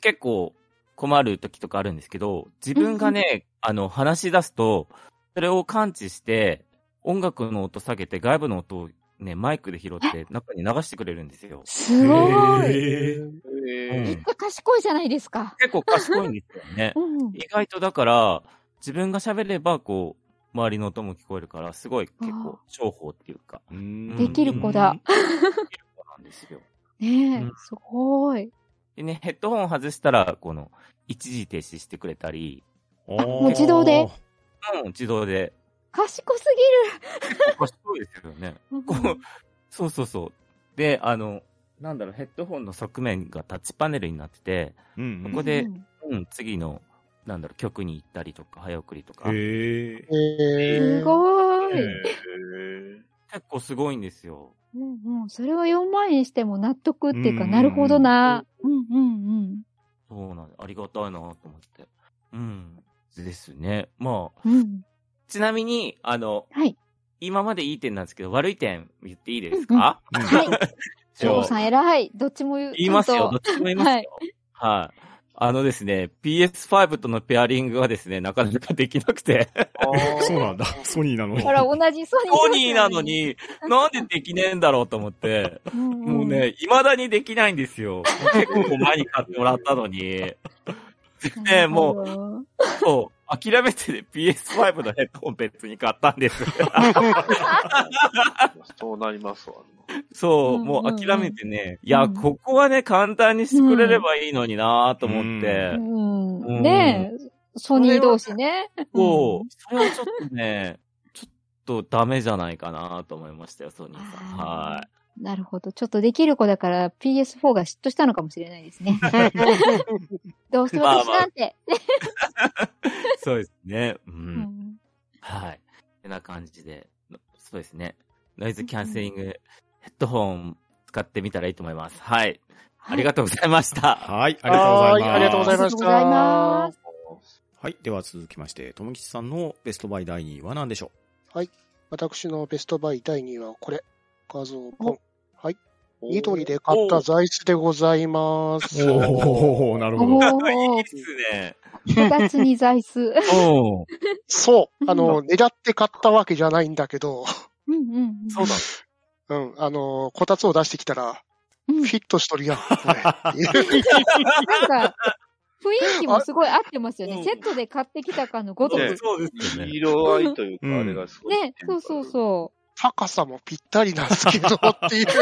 A: 結構困る時とかあるんですけど、自分がね、あの、話し出すと、それを感知して、音楽の音下げて、外部の音をね、マイクで拾って、中に流してくれるんですよ。
B: すごい。
C: へー
A: うん
E: え
B: めっちゃ賢いじゃないですか。
A: 結構賢いんですよね
B: う。ん。
A: 意外とだから、自分が喋れば、こう、周りの音も聞こえるから、すごい結構、重宝っていうか、
C: うん
A: できる
B: 子
A: な
B: だ。
A: んですよ。
B: ねえ
A: うん、
B: すごい。
A: でね、ヘッドホン外したら、この、一時停止してくれたり、
C: あー
B: もう自動で。
A: うん、自動で、
B: 賢す
A: 賢いですよね。
B: ぎる。
A: こうそうそうそう。で、あの、なんだろう、ヘッドホンの側面がタッチパネルになってて、
C: うんうん
A: ここで
B: うん
A: うん、次の、なんだろう、曲に行ったりとか、早送りとか、
C: へえ。
D: ええ
B: すご
E: ー
B: い。
E: え
A: 結構すごいんですよ。
B: うんうん。それは4万円しても納得っていうか、
F: うん
B: なるほどな。うんうんうん。
A: そうなんで、ありがたいなと思って。うん。ですね。まあ、
B: うん。
A: ちなみに、あの、
B: はい。
A: 今までいい点なんですけど、悪い点言っていいですか、
B: はい。
A: じゃあ
B: 翔吾さん偉い。どっちも言う。
A: 言いますよ。
B: ち
A: ど
B: ゃん
A: っちも言い
B: と
A: ますよ。
B: は
A: はいい。。あのですね、PS5 とのペアリングはですね、なかなかできなくて、
F: そうなんだ。ソニーなのに。
B: ほら、同じソニー。
A: ソニーなの。に、なんでできねえんだろうと思って、もう。ね、未だにできないんですよ。結構前に買ってもらったのに。 ね、もう、
B: う。
A: そう、諦めてね PS5 のヘッドホン別に買ったん です。
E: そうなりますわ。
A: そう、
B: うん
A: もう諦めてね、いや、
B: うん
A: ここはね、簡単にしてくれればいいのになぁと思って、う
B: う。
A: んん
B: ねえ、ソニー同士ね。
A: そう、それはちょっとね、ちょっとダメじゃないかなと思いましたよ、ソニーさん。
B: あー
A: はい。
B: なるほど。ちょっとできる子だから PS4 が嫉妬したのかもしれないですね。 どうせ私なんて。
A: そうですね。うん。
B: うん
A: はい。てな感じで、のそうですね。ノイズキャンセリング、ヘッドホン使ってみたらいいと思います。はい。ありがとうございました。
C: はい、ありがとうございます。
D: はありがとうございまし
B: あり
D: た
B: がとうございます。
C: はい、では続きまして、ともきちさんのベストバイ第2位は何でしょ
D: 私のベストバイ第2位はこれ。画像
B: お
D: 本。ニトリで買った座椅子でございま
C: う
D: す。
C: おー、なる
B: お
C: ほど。
A: いい
B: ー
A: で、すね。
B: 二つに座椅 子。
A: うん。
D: そう。あの、狙って買ったわけじゃないんだけど、
B: うんうんうん。
A: そうだ。
D: うん、あの、こたつを出してきたら、
B: う
D: フ
B: ん
D: ィットし とるやん、これ。
B: なんか、雰囲気もすごい合ってますよ
E: う
B: ね。
E: ん
B: セットで買ってきたかのごと
E: ね
B: く。
A: そうですよね。
E: 色合いというか、あれがすごい。
B: ね、そうそうそ
D: 高さもぴったりなんです けど、っていう。
B: う。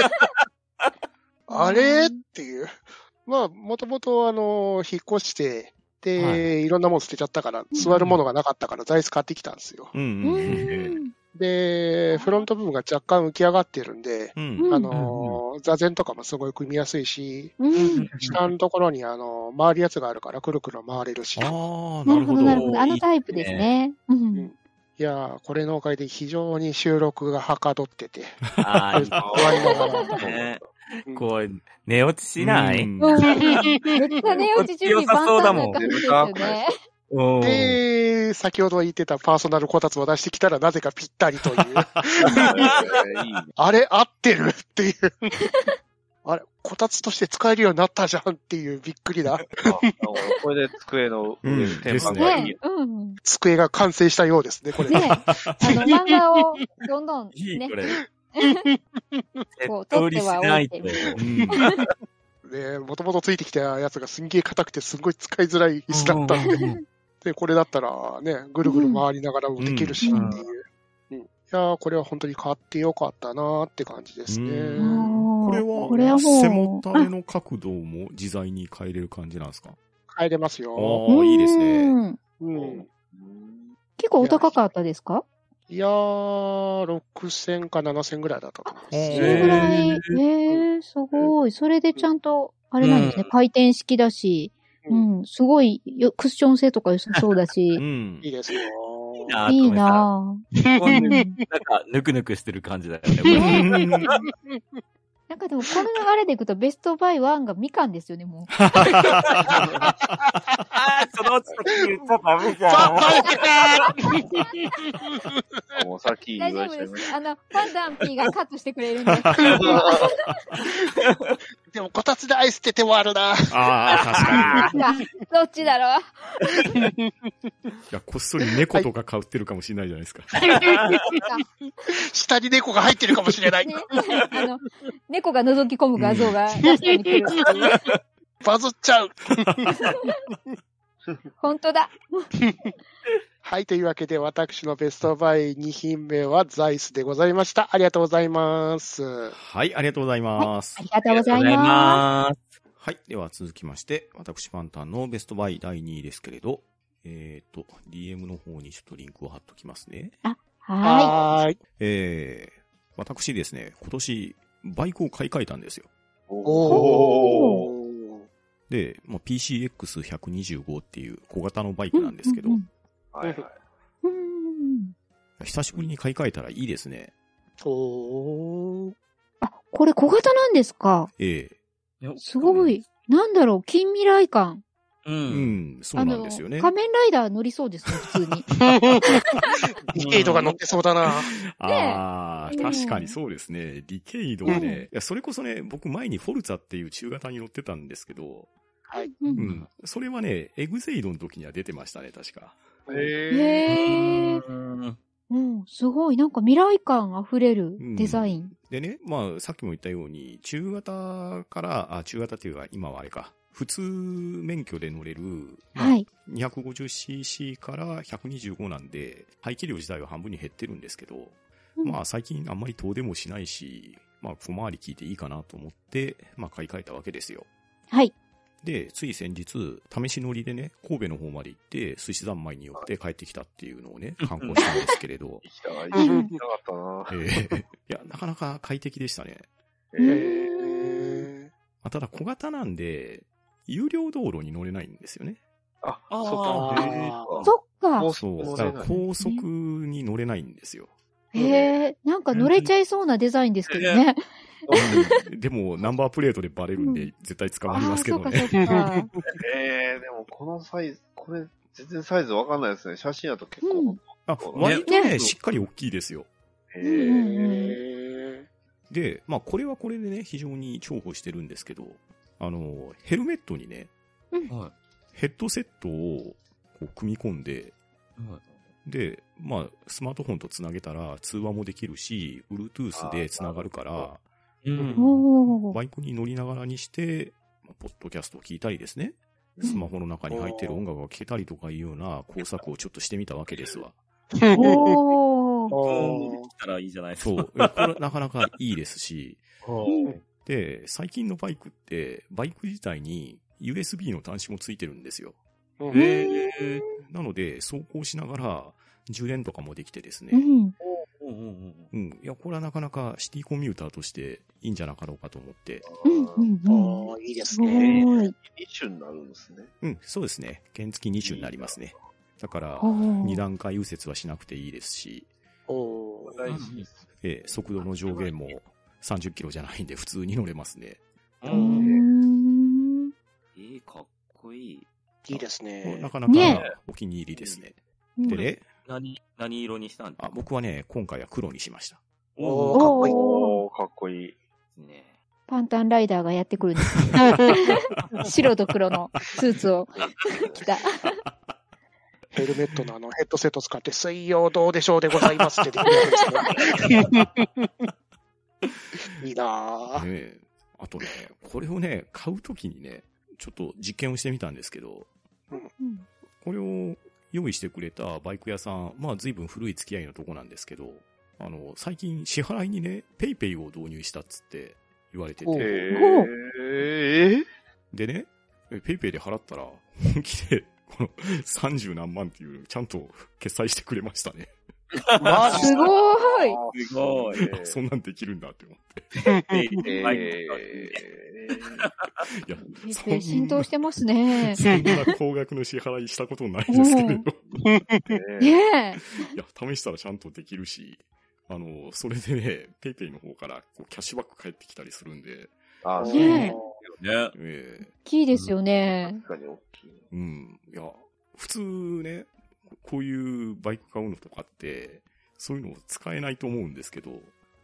D: あれっていう。まあ、もともと、あの、引っ越して、で、、
A: はい
D: ろんなもの捨てちゃったから、座るものがなかったから、座椅子買ってきたんですよ。
C: う
B: うんん。
C: うん
D: で、フロント部分が若干浮き上がってるんで、
C: うん。
B: うん
D: あの、座禅とかもすごい組みやすいし、
B: うん。
D: 下のところに、あの、回るやつがあるから、くるくる回れるし。
C: あ
D: い
C: ー、
B: なる
C: なる
B: ほ
C: ほ
B: ど、
C: ど。
B: なるほど。あのタイプですね。うん
D: ん。やー、これのおかげで非常に収録がはかどってて。
A: ああ、いい
E: あー
A: ね。こう、寝落ちしない、
C: うん
B: うんめっちゃ寝落ち準備万端な感じですよね。
A: うん
D: で、先ほど言ってたパーソナルこたつを出してきたら、なぜかぴったりと いう。
E: いいね
D: あれ、合ってるっていう。 あれ、こたつとして使えるようになったじゃんっていうびっくりだ。
E: これで机の上に天板がいい
B: ね。うん。
D: 机が完成したようですね、これ。
B: ね、あの漫画をどんどん
A: いい、
B: ね
A: こ、れ。
B: こう、
A: 通
B: 取っ
A: り
B: て
A: し
B: は
A: な
B: 置い
A: い
B: て
A: と
B: み。たい
C: うん
D: ねもともとついてきたやつがすんげえ硬くてすんごい使いづらい椅子だったんで、で、これだったらね、ぐるぐる回りながらもできるしっていう。うんいやー、これは本当に買ってよかったなーって感じですね。
C: う
B: な。
C: こ
B: こ
C: れ
B: これ
C: は、
B: は
C: 背
B: も
C: も
B: う、
C: たれの角度も自在に変えれる感じなんですか
D: 買えれます
C: あ
D: よ。
C: ー、いいですね。
B: うん。
D: うん。
B: 結構お高かったですか
D: いやー、6000か7000ぐらいだったと思います。
B: それぐ
C: へー
B: らい。えー、すごい。それでちゃんと、あれなんですね、回転式だし、うん、すごいよ、クッション性とか良さそうだ
C: う
B: し、
C: ん
D: いい。ですよ
A: いい
D: ー。
A: なぁと
B: い
A: 思ってさ
B: いなぁ。
A: こういう
B: う
A: なん
B: ん
A: か、ぬくぬくしてる感じだよねこ
C: う
A: れ。
C: ん
B: なんかでも、この流れでいくと、ベストバイワンがみかんですよね、もう。
A: ああ、そのうち先言っちゃダメじゃん。
E: もうさっき
B: 大
E: 言
B: 丈
E: わ
B: 夫で
E: せてもら
B: す。あの、パンダンピーがカットしてくれるんで。
D: でも、こたつで愛して手もあるな。
C: あー、確かに。
B: どっちだろう
F: いや、こっそり猫とか買ってるかもしれないじゃないですか。
D: 下に猫が入ってるかもしれない。
B: ね、 あの、猫が覗き込む画像が確かに来る。
D: バズっちゃう。
B: 本当だ。
D: はい、というわけで、私のベストバイ2品目はザイスでございました。ありがとうございます。
C: はい、ありがとうございます
B: あり。がとうござい
A: ありがとうござい
B: ま
A: ます。
C: はい。では続きまして、私パンタンのベストバイ第2位ですけれど、えっ、と、DM の方にちょっとリンクを貼っときますね。
B: す。は
D: ーい。
C: えー、私ですね、今年、バイクを買い替えたんですよ。
D: お
B: お
D: ー。
C: で、まあ、PCX125 っていう小型のバイ
B: い。
C: クなんですけど、
B: うん
E: はいはい。
B: うんうん
C: 久しぶりに買い替えたらいいですね。
D: おー。
B: あ、これ小型なんですか。
C: え
B: すごい。。なんだろう、近未来感。
A: う。
C: え。うんん、そうなんですよね。
B: 仮面ライダー乗りそうですね、普通に。
D: ディケイドが乗ってそうだな。
C: ああ、
B: ね
C: 確かにそうですね。ディケイドはね、いや、それこそね、僕前にフォルツァっていう中型に乗ってたんですけど、
B: う
C: うんん。それはね、エグゼイドの時には出てましたね、確か。
E: へえ。
B: へえ。
A: うん
B: うん、すごい。なんか未来感あふれるデザイン。
C: でね、まあ、さっきも言ったように、中型から、あ、中型っていうか、今はあれか、普通免許で乗れる、まあ
B: はい。
C: 250cc から125なんで、排気量自体は半分に減ってるんですけど、
B: うん
C: まあ最近あんまり遠出もしないし、まあ小回り効いていいかなと思って、まあ買い替えたわけですよ。
B: はい。
C: で、つい先日、試し乗りでね、神戸の方まで行って、寿司三昧に寄って帰ってきたっていうのをね、観光したんですけれ ど、
E: 行きたい。
D: うん
E: 行きたかったな
C: えーいや、なかなか快適でしたね。
B: うん
E: へえ。
D: え
C: まあただ小型なんで、有料道路に乗れないんですよね。
E: あ、
A: あー
E: そっか。へー
B: そっか
E: 高。
C: そ
E: 速
C: う。
E: 乗
C: だ
E: れ
C: か
E: な
C: ら
E: い。
C: 高速に乗れないんですよ。
B: へえ、なんか乗れちゃいそうなデザインですけどね。
C: でも、ナンバープレートでバレるんで、絶対捕まり
B: ああ、
C: ますけ
B: そ
C: ど
B: うか
C: ね。
B: そうか。
E: ええ、でもこのサイズ、これ、全然サイズわかんないですね。写真だと結構。
C: あ
E: そうだね
C: 割とね、
A: ね
C: しっかり大きいですよ。
E: へ
B: うん
E: え。
D: ー。
C: で、まあ、これはこれでね、非常に重宝してるんですけど、あの、ヘルメットにね、
A: は
C: ヘッドセットをこう組み込んで、
A: いはい
C: で、まあ、スマートフォンとつなげたら通話もできるし、Bluetooth でつながるか
E: あーなる
C: ら、
A: うん
B: おー。
C: バイクに乗りながらにして、まあポッドキャストを聞いたりですね、スマホの中に入ってる音楽を聴けたりとかいうような工作をちょっとしてみたわけですわ。
A: うん。
B: おー。
D: お
A: できたらいいじゃないですか。
C: そう。いやこれなかなかいいですし、
A: うん
C: で、最近のバイクって、バイク自体に USB の端子もついてるんですよ。
D: ー
B: うん
A: へ
C: なので、走行しながら充電とかもできてです
B: う
C: ね。
B: ん。
A: うんうんうん
C: うん。いや、これはなかなかシティコミューターとしていいんじゃなかろうかと思って。
B: うん。うん。うん。
D: おーいいです
B: すご
D: ね。
B: い。
E: 一種になるんですね。
C: うん、そうですね。原付2種になりますね。だから、
B: お
C: 2
B: ー。
C: 段階右折はしなくていいですし、
D: おー
E: 大事です。
C: えー速度の上限も30キロじゃないんで普通に乗れますね。
A: う
B: うー
A: ん。うん
B: ん。
A: いい、かっこいい。
D: いいですね
C: な。かな
B: ね
C: かお気に入りですね。でね、
A: 何、何色にしたんです
C: あ
A: か
C: 僕はね、今回は黒にしました。
D: お
B: ー
D: かっこいい。
E: おー、かっこいい。
A: ね。
B: パンタンライダーがやってくるんですね白と黒のスーツを着た。
D: ヘルメットのあのヘッドセット使って、水曜どうでしょうでございますってできるや つですねいい
C: ね
D: なぁ。
C: えあとね、これをね、買うときにね、ちょっと実験をしてみたんですけど、
B: うん
C: これを用意してくれたバイク屋さん、まあ随分古い付き合いのとこなんですけど、あの、最近支払いにね、ペイペイを導入したっつって言われて
D: お
E: へ
C: て、
B: お
E: え。
C: でね、えペイペイで払ったら、 本気で、この30何万っていう、ちゃんと決済してくれましたね。
D: マジ
B: すごい
A: すごい
E: えー
C: あ そんなんできるんだって思って。
E: え
A: バイ
C: いや、そん
B: ペイペイ
C: な
B: 浸透してますね。
C: そんな高額の支払いしたことないですけれど。
E: ーえ
B: ねえ。
C: いや、試したらちゃんとできるし、あの、それでね、ペイペイの方からこうキャッシュバック返ってきたりするんで、
E: あー、そう
B: ねえ
A: ね。
C: ええ
B: 大きいですよね
E: 確。かに大きい。
C: うん、いや、普通ね、こういうバイク買うのとかって、そういうのを使えないと思うんですけど、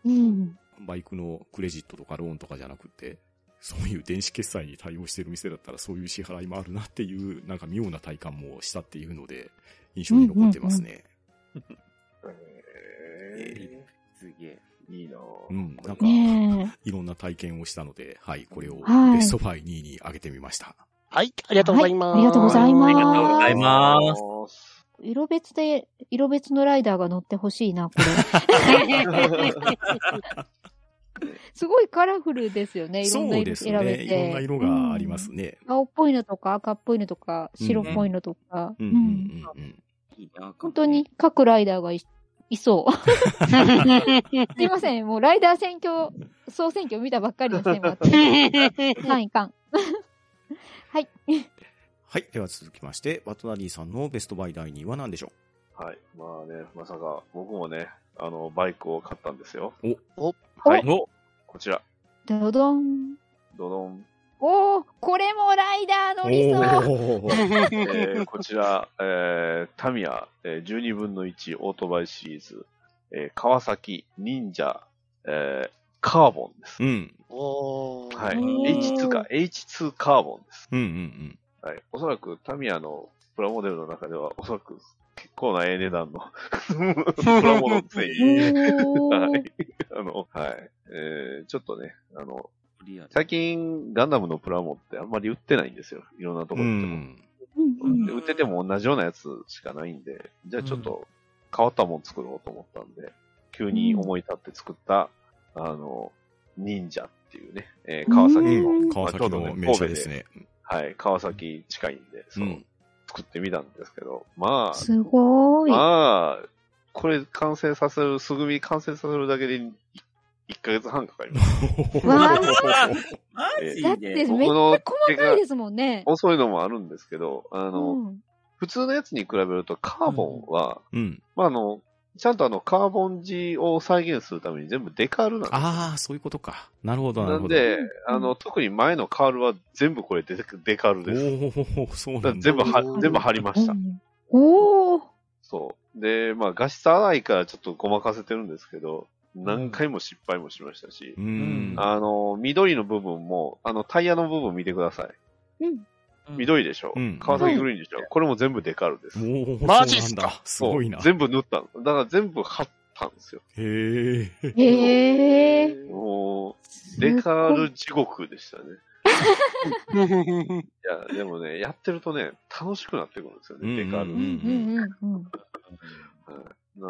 B: うん。
C: バイクのクレジットとかローンとかじゃなくて、そういう電子決済に対応してる店だったらそういう支払いもあるなっていう、なんか妙な体感もしたっていうので、印象に残ってますね。
E: え
A: すげえ。
E: ーいいなぁ
C: うん、なんか、
B: ね
C: いろんな体験をしたので、はい、これを
B: はい
C: ベスト5、2位に上げてみました。
D: はい、ありがとうございま
B: はいあ
D: す。
B: りがとうございますありがとうござい
A: ます
E: す。
B: え。色別で、色別のライダーが乗ってほしいな、こ れ。すごいカラフルですよね。いろんな
C: そう
B: 色
C: です
B: 選べ
C: ね。いろんな
B: て。
C: 色がありますね。
B: 青っぽいのとか赤っぽいのとか白っぽいのとか。
C: う
B: うんん
C: うんうんうん。
A: いいな、
B: 本当に各ライダーがいい そう。すいません、もうライダー選挙、総選挙見たばっかりのせいもあって。はい、いかん。はい。
C: はい。では続きまして、ワトナリーさんのベストバイ第2位は何でしょ
E: はい。まあね、まさか、僕もね、あの、バイクを買ったんですよ。
D: お
E: はい、
A: お
E: こちら。
B: ドドン。
E: ドドン。
B: おー、これもライダー乗りそう。
C: おー
E: えーこちら、えータミヤ、えー12分の1オートバイシリーズ、えー川崎、忍者、えーカーボンです。
C: うん。
D: おー
E: はい。
B: おー
E: H2 か、H2 カーボンです。
C: うんうんうん。
E: はい。おそらくタミヤのプラモデルの中では、おそらく結構なええ値段の プラモのくせに、
B: お
E: は
B: ー
E: い。あの、はい。えーちょっとね、あの、
A: クリア
E: 最近ガンダムのプラモってあんまり売ってないんですよ。いろんなとこ
C: う
E: ろでも。
C: ん。
B: うんうん
E: で売ってても同じようなやつしかないんで、じゃあちょっと変わったもん作ろうと思ったんで、急に思い立って作った、あの、忍者っていうね、えー川崎の、
B: うん
E: ま
C: 川
E: あちょ
C: 崎
E: うどね
C: の名車ですね。
E: はい、川崎近いんで、そうう、
C: ん。
E: 作ってみたんですけど、まあ、
B: すごーい。
E: まあ、これ完成させる、素組み完成させるだけで1ヶ月半かか ります。
B: わ
A: マ
E: ジ
B: だってめっちゃ
E: 僕の
B: 細かいですもんね。
E: 遅いのもあるんですけど、あの、
B: うん
E: 普通のやつに比べるとカーボンは、
C: うん。
E: まあ、あの、ちゃんとあの、カーボン地を再現するために全部デカールなんですよ。
C: ああ、そういうことか。なるほど、な
E: な
C: る
E: ん
C: ほど。
E: で、あの、特に前のカールは全部これデデカール
C: お
E: です。
C: ーそうなん
E: だから
C: だ。
E: 全部
D: う
E: は、
D: ん
E: 全部貼りました。
B: おー。
E: そう。で、まあ、画質荒いからちょっとごまかせてるんですけど、何回も失敗もしましたし
C: う、ん。
A: うん
E: あの、緑の部分も、あの、タイヤの部分見てください。
B: うん。
E: 緑でしょ
C: うん
E: 川崎グリーンでしょこれも全部デカールです。
C: おー
D: マジっ
C: そ
D: す
C: う
D: か
C: なんだすごいな。
E: そう
C: へ
E: 全部塗ったの。だから全部貼ったんですよ。
C: え。
B: へえ。
E: もう、デカール地獄でしたね。いや、でもね、や ってるとね、楽しくなってくるんですよ
C: うんうんう
E: ね、
C: ん
E: デカール
B: うん。うんうんうん。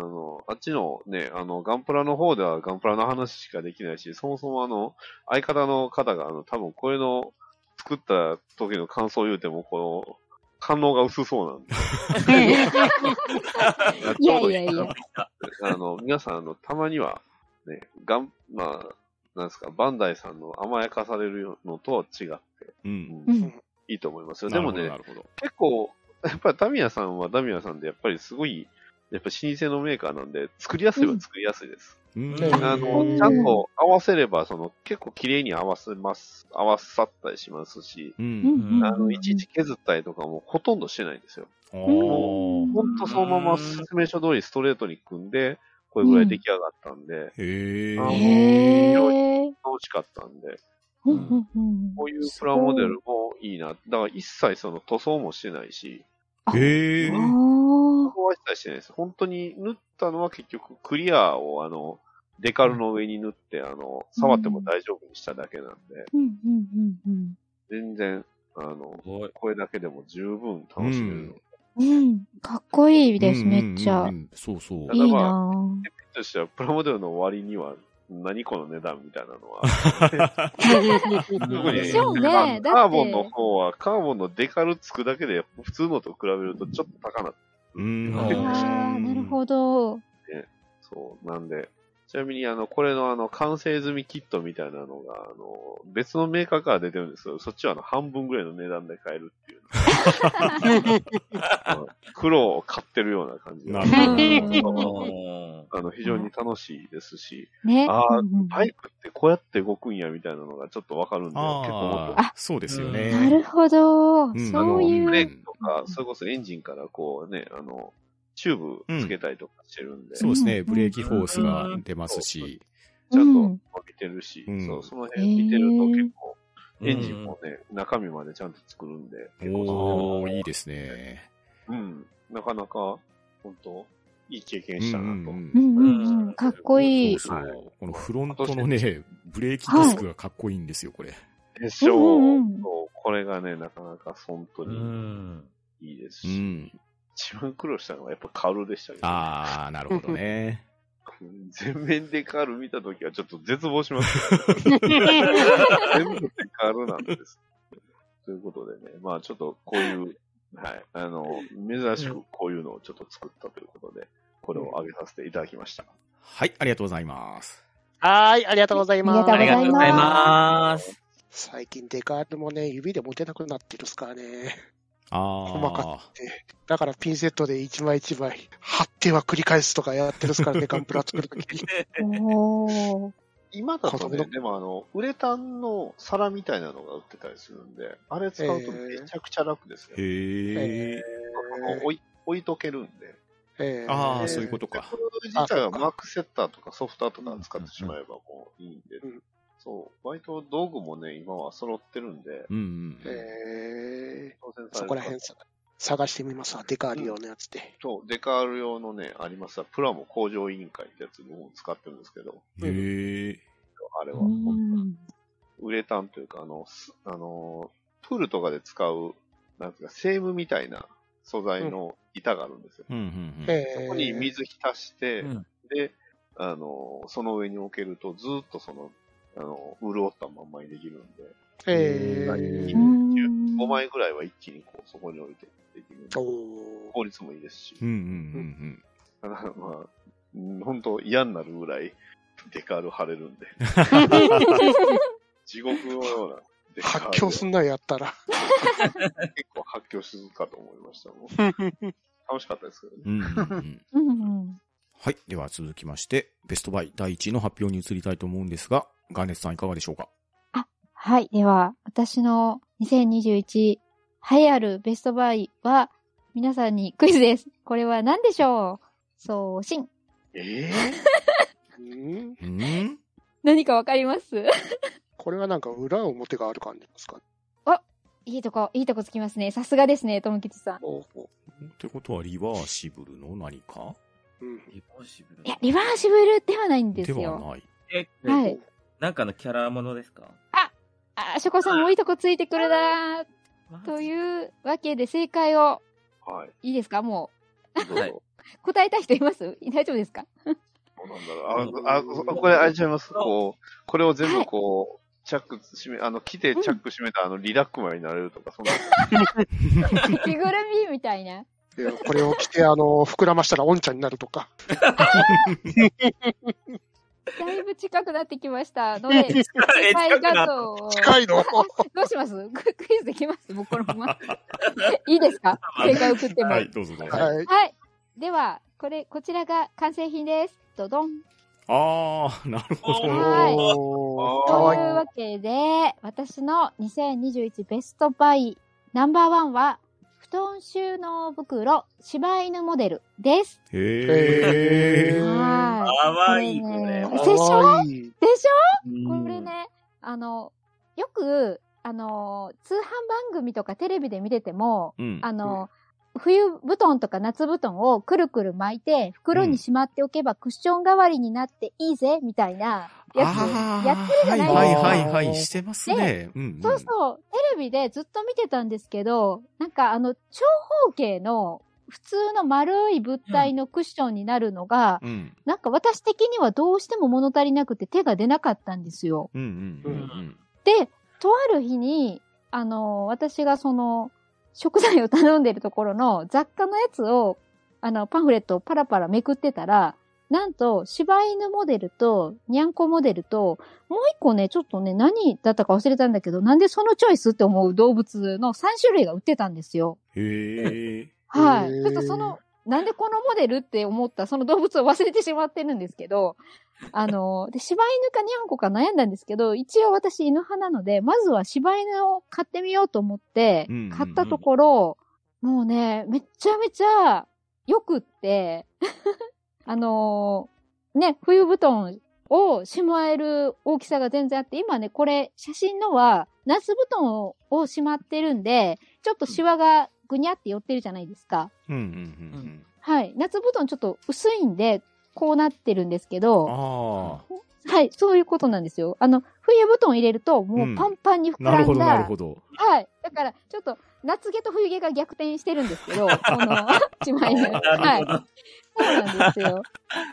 E: あの、あっちのね、あの、ガンプラの方ではガンプラの話しかできないし、そもそもあの、相方の方が、あの、多分これの作った時の感想を言うても、この、反応が薄そうなんで。
B: いやいやい
E: ちょう
B: や
E: ど。あの、皆さん、あの、たまには、ね、ガン、まあ、なんですか、バンダイさんの甘やかされるのとは違って、
C: う。
E: うんん
B: うん
E: いいと思いますよ。でもね
C: な、るほど。
E: 結構、やっぱりダミアさんはダミアさんで、やっぱりすごい、やっぱ老舗のメーカーなんで、作りやすいは作りやすいです。
C: う
A: う
C: ん
A: ん
E: あの、ちゃんと合わせれば、その、結構綺麗に合わせます、合わさったりしますし、
C: う。
B: うんんうん
E: あの、いちいち削ったりとかもほとんどしてないんですよ。
C: あ
B: うん
C: ー
E: ほんとそのまま説明書通りストレートに組んで、これぐらい出来上がったんで、
C: へえ。
E: あの
B: へえ。
E: 楽しかったんで、
B: うんうんうん
E: こういうプラモデルもいいな。だから一切その塗装もしてないし、
C: へえ。
B: あ
E: 壊したりしてないです。本当に塗ったのは結局クリアをあの、デカルの上に塗って、あの、触っても大丈夫にしただけなんで、
B: ーうんうんうんうん
E: 全然、あの、
A: ごい。
E: これだけでも十分楽しめる。
B: うんかっこいいです、めっち
C: うん
B: ゃ
C: う。んうん。そうそう。
B: いいなぁ。
E: としては、プラモデルの終わりには、何この値段みたいなのは。特に
B: でしょうね
E: カ
B: だって
E: ーカーボンの方は、カーボンのデカルつくだけで、普通のと比べるとちょっと高なって、
C: うん。
A: あー
B: ああ、なるほど。
E: そう、なんで。ちなみに、あの、これの、あの、完成済みキットみたいなのが、あの、別のメーカーから出てるんですけど、そっちはあの、半分ぐらいの値段で買えるっていう。 苦労を買ってるような感じが
C: なるほ
E: そう
A: お
E: あの、非常に楽しいですし、
B: ね。
E: あー
B: うんうん
E: バイクってこうやって動くんやみたいなのがちょっとわかるんで、結構
C: ああ、そうですよね。
B: なるほど。
C: ん
B: そうい
E: ブレ
B: う
E: ー。キとか、それこそエンジンからこうね、あの、チューブつけたりとかしてるんで、
C: そうです
B: う
C: ね。
B: ん
C: ブレーキフォースが出ますし。
E: ちゃんと
B: うん
E: 見てるし、
C: うん
E: そう、その辺見てると結構、エンジンもね、中身までちゃんと作るんで、結構
C: お
E: そ
C: ー、
E: れ
C: いい
E: は
C: ですね。
E: うん、なかなか、本当いい経験したなと。
B: うんんうんうん。かっこいい。
C: そう
E: は
C: そう。このフロントのね、ブレーキディスクがかっこいいんですよ、これ。
E: でしょう
B: うんうん
E: そうこれがね、なかなか本当
A: う
E: に
A: ん。
E: いいです
C: う
E: し、
C: ん。
E: 一番苦労したのはやっぱカールでしたけど、
C: あー、なるほどね。
E: 全面でカール見たときはちょっと絶望しますよ 全部デカールなんです。ということでね、まあちょっとこういう、はい、あの、珍しくこういうのをちょっと作ったということで、これを上げさせていただきました。
C: はい、ありがとうございます。
D: はーい、ありがとうございます。
A: ありが
B: あ
A: とうございます。
D: 最近デカールもね、指で持てなくなってるっすからね。
C: ああ。
D: 細かだからピンセットで一枚一枚、貼っては繰り返すとかやってるっ すからね、ガンプラ作るときに。
B: おー。
E: 今だと
D: 子供の
E: ね、でもあの、ウレタンの皿みたいなのが売ってたりするんで、あれ使うとめちゃくちゃ楽ですよ。
C: へえ。
E: あの置い置いとけるんで。
D: ええ
C: あ
E: え
C: あ、
E: ー
C: そういうこと
E: で
C: か
E: こ。れ自体はマークセッターとかソフターとか使ってしまえばこういいんで、
D: うん
E: そう、割と道具もね、今は揃ってるんで、
C: うんうん。
D: ええ
E: 当然
D: そこら辺探してみますわ、デカーリオのやつで。
E: そう、デカール用のね、ありますわプラモ工場委員会ってやつも使ってるんですけど、
C: へえ。
E: あれは、
B: うん
E: ウレタンというか、あの、すあのー、プールとかで使う、なんていうか、セームみたいな素材の板があるんですよ。
C: うんうんうん。
D: ええ
E: そこに水浸して、
A: うん
E: で、あのー、その上に置けると、ずーっとその、あのー、潤ったまんまにできるんで、
D: え
E: 一
D: え
E: 気
B: う
E: に
B: ん
E: 5枚ぐらいは一気にこう、そこに置いてできるんで
D: お。お
E: 効率もいいですし
C: うんう、んうん
E: あの まあ、うん本当嫌になるぐらい、デカール貼れるんで、地獄のようなデカール
D: 発狂すんな、やったら。
E: 結構発狂するかと思いました。もう楽しかったですけどね。
C: うん。うんうんうん。
B: うんうん
C: はい。では続きまして、ベストバイ第1位の発表に移りたいと思うんですが、ガーネットさんいかがでしょうか
B: はい。では、私の2021栄えあるベストバイは、皆さんにクイズです。これは何でしょう送信。
E: え
D: うん
C: うん
B: 何かわかります
D: これはなんか裏表がある感じですかね。
B: いいとこ、いいとこつきますね。さすがですね、ともきちさん。
D: おお
C: ってことはリバーシブルの何か
D: うん
A: リバーシブル
B: いや、リバーシブルではないんです
C: で
B: よ。
C: はない。
A: え、
B: はい。
A: なんかのキャラものですか
B: あー、しょこさんもいいとこついてくるなーと
A: う。
B: いうわけで正解を、
E: はい。
B: いいですかも
E: どうぞ。
A: はい
B: うん、答えたい人います大丈夫ですか
E: どうなんだろう。あ、あ、これあれちゃいます。こう、これを全部こう、チャック閉め、あの、来てチャック閉めたあの、リラックマになれるとか、そんな。
B: 着ぐるみみたいな。
D: いやこれを着て、あの、膨らましたらオンちゃんになるとか。
B: だいぶ近くなってきましたので、
A: え
B: 正解
A: 近くな
B: 画
A: った
B: 像を。
D: 近いの
B: どうします ククイズできますもうこのまま。いいですか正解送っても。
F: は、
B: はいい。
F: どうぞどうぞ。
D: はい。
B: では、これ、こちらが完成品です。ドドン。
C: あー、なるほ
B: お
C: ど。
B: はい
D: おー
E: か
D: か
B: と
E: わ
D: わ
B: い
D: いう
B: わけで、私の2021ベストバイナンバーワンは、布団収納袋柴犬モデルです。
C: へー。
D: へー
B: は
A: かわいい、
B: こ
A: こ
B: れ
A: れ。
B: ね
D: い。
B: でしょ
D: かわいい。
B: い。でし
A: うん
B: ょこれ。ね、あの、よく、あの、通販番組とかテレビで見てても、
C: うん。
B: あの、冬布団とか夏布団をくるくる巻いて、袋にしまっておけばクッション代わりになっていいぜ、みたいなや
C: あ
B: つ、
C: ー
B: やってるじゃないですか。
C: はいはいはいはい、してますね。うんん。
B: そうそう、テレビでずっと見てたんですけど、なんかあの、長方形の普通の丸い物体のクッションになるのが、
C: うん。
B: なんか私的にはどうしても物足りなくて手が出なかったんですよ。
C: うんうんうんうん。
B: で、とある日に、あの、私がその、食材を頼んでるところの雑貨のやつを、あの、パンフレットをパラパラめくってたら、なんと、柴犬モデルと、にゃんこモデルと、もう一個ね、ちょっとね、何だったか忘れたんだけど、なんでそのチョイスって思う動物の3種類が売ってたんですよ。
C: へえ。
B: は
D: へ
B: い。
D: ー
B: ちょっとその、なんでこのモデルって思った、その動物を忘れてしまってるんですけど、あの、で、柴犬かニャンコか悩んだんですけど、一応私犬派なので、まずは柴犬を買ってみようと思って
C: うんうんうん、
B: 買ったところ、もうね、めちゃめちゃ良くって、 あのね、冬布団をしまえる大きさが全然あって、今ね、これ、写真のは、夏布団ををしまってるんで、ちょっとシワがぐにゃって寄ってるじゃないですか。
C: うんうんうんうん。
B: はい。夏布団ちょっと薄いんで、こうなってるんですけど、
C: あ
B: はい、そういうことなんですよ。あの、冬布団入れると、もうんうパンパンに膨
C: ー。
B: らんだ、
C: なるほどなるほど。
B: はい。だから、ちょっと、夏毛と冬毛が逆転してるんです けど、この、一枚目。
A: な
B: は
A: る
B: い
A: ほ。ど。
B: そうなんですよ。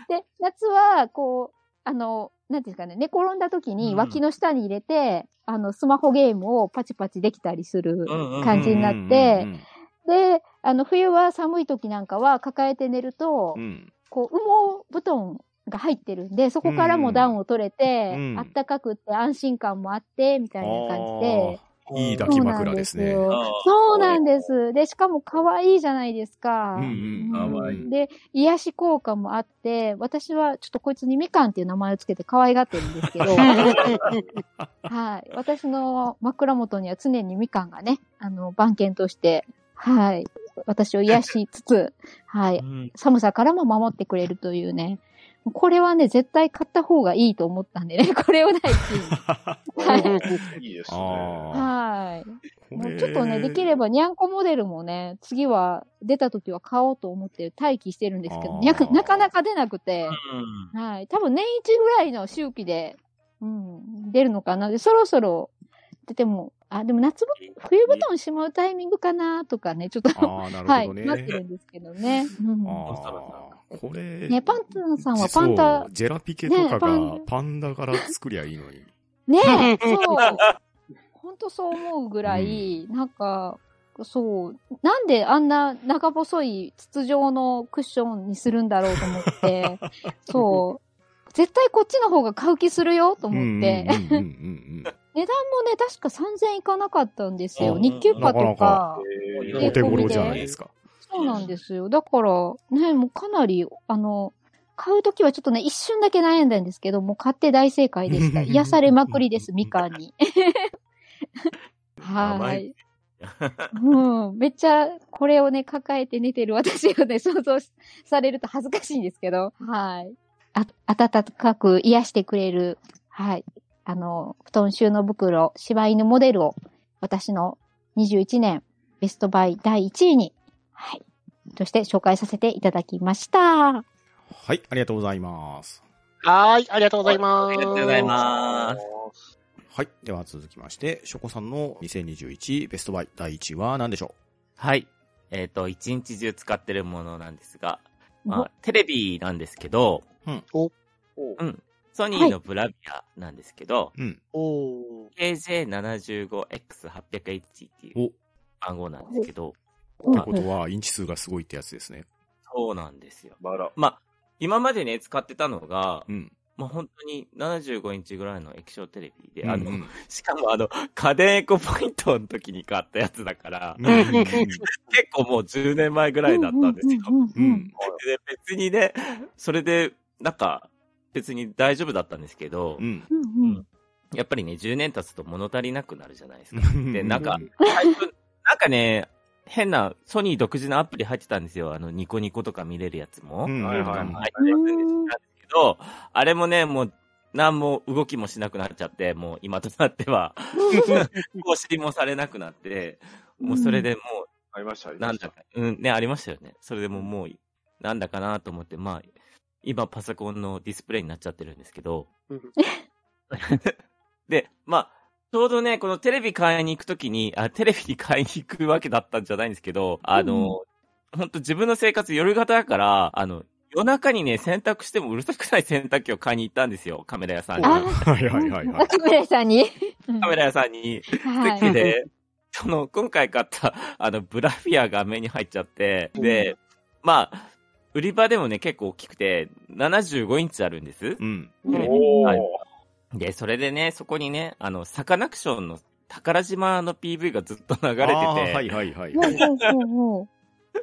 B: で、夏は、こう、あの、なんていうんですかね、寝転んだ時に脇の下に入れて、あの、スマホゲームをパチパチできたりする
A: うんうんうん
B: 感じになって、で、あの、冬は寒い時なんかは抱えて寝ると
C: う、ん。
B: こう、羽毛布団が入ってるんで、そこからも暖を取れて
C: うん、
B: あったかくって安心感もあって、みたいな感じで、
C: いい抱き枕ですね。
B: そうなんですよ
A: あー
B: そうなんです。で、しかも可愛いじゃないですか。
C: うんうん
A: 可愛い
B: で、癒し効果もあって、私はちょっとこいつにみかんっていう名前をつけて可愛がってるんですけ ど、はい。私の枕元には常にみかんがね、あの、番犬として、はい。私を癒しつつ、はい。寒さからも守ってくれるというね。これはね、絶対買った方がいいと思ったんでね、こ れを第一位に。はい。
E: いいです ね。
C: あ
B: はい。
C: あ。
B: もうちょっとね、できれ
C: ば。
B: ば、にゃんこモデルもね、次は、出た時は買おうと思って待機してるんですけ
C: あ
B: ど、
C: ー
B: にゃくなかなか出なくて、はい。多分年一ぐらいの周期で、うん、出るのかな。で、そろそろ、出ても、あ、でも夏ぶ、冬布団しまうタイミングかな、とかね、ちょっと、
C: ああ、な る
B: はい、
C: ほどね。
B: なってるんですけどね。うん
C: ああ。これ。
B: ね、パンツンさんはパンタ
C: そう、ジェラピケとか
B: ねパ
C: が
B: ン
C: パンダから作りゃいいのに。
B: ねえ、そう。本当そう思うぐらい、なんか、そう、なんであんな長細い筒状のクッションにするんだろうと思って、そう、絶対こっちの方が買う気するよと
C: うん
B: 思っ
C: うんうん
B: て、値
C: うんうん
B: 段もね、確か3000いかなかったんです
A: う
B: よ。
A: ん
B: 日給パ
C: なか
B: と
C: なか
B: か、
C: う
E: え
C: ん。
E: ー
C: お手頃じゃないですか。
B: そうなんですよ。だから、ね、もうかなり、あの、買うときはちょっとね、一瞬だけ悩んだんですけど、もう買って大正解でした。癒されまくりです、みかんに。は
A: 甘
B: い
A: い。
B: うん、めっちゃ、これをね、抱えて寝てる私をね、想像しされると恥ずかしいんですけど、はい。あ、暖かく癒してくれる、はい。あの、布団収納袋、柴犬モデルを、私の21年ベストバイ第1位に、はい。として紹介させていただきました。
C: はい、ありがとうございます。
D: はーい、ありがとうございます。
A: ありがとうございます。
C: はい。では続きまして、ショコさんの2021ベストバイ第1位は何でしょ
A: はい。えっ、と、一日中使ってるものなんですが、
B: お
A: まあ、テレビなんですけど、
E: お
A: うん。ソニーのブラビアなんですけど、
C: ううん。
D: おー
A: KJ75X800H っていう
C: お、って
A: 番号なんですけど、
B: うん
C: ことは、インチ数がすごいってやつですね。
A: そうなんですよ。
E: バラ。
A: まあ、今までね、使ってたのが、
C: うん。
A: まあ本当に75インチぐらいの液晶テレビで、
C: うん
A: あ
C: う
A: の、
C: ん
A: しかもあの、家電エコポイントの時に買ったやつだから、
C: うんうんうん
A: 結構もう10年前ぐらいだったんですよ。
B: うんうんう
C: うん
B: うん
C: ん。
A: で、別にね、それで、なんか、別に大丈夫だったんですけど、
C: うん。
B: うんうん
A: やっぱりね、10年経つと物足りなくなるじゃないですか。
C: うん
A: で、なんか、最初なんかね、変なソニー独自のアプリ入ってたんですよ。あの、ニコニコとか見れるやつも。
C: う
A: 入
C: ん
E: はいは
A: っ
E: いは
A: て
E: い。
A: たんですけど、あれもね、もう、何も動きもしなくなっちゃって、もう今となって は、 お尻もされなくなって、もうそれでも
E: ありました、あ
A: う、
E: り
A: な
E: ま
A: ん
E: し
A: だ
E: た。
A: か、うん、ね、ありましたよね。それでももう、なんだかなと思って、まあ、今パソコンのディスプレイになっちゃってるんですけど、 で、まあ、ちょうどね、このテレビ買いに行くときに、あ、テレビに買いに行くわけだったんじゃないんですけど、あの、ほんと自分の生活夜型だから、あの、夜中にね、洗濯してもうるさくない洗濯機を買いに行ったんですよ、カメラ屋さんに。
B: あ
A: カ
C: はいはいはいはい。
B: カメラさんに。
A: メラ屋さんに。
B: はい
A: で、でその、今回買った、 あの、ブラフィアが目に入っちゃって、で、まあ、売り場でもね、結構大きくて、75インチあるんです。
C: うん。
B: うん
E: おー。
A: で、それでね、そこにね、あの、サカナクションの宝島の PV がずっと流れてて、
C: あーはいはいはいは
B: ほう
C: い。
B: ほうほうほう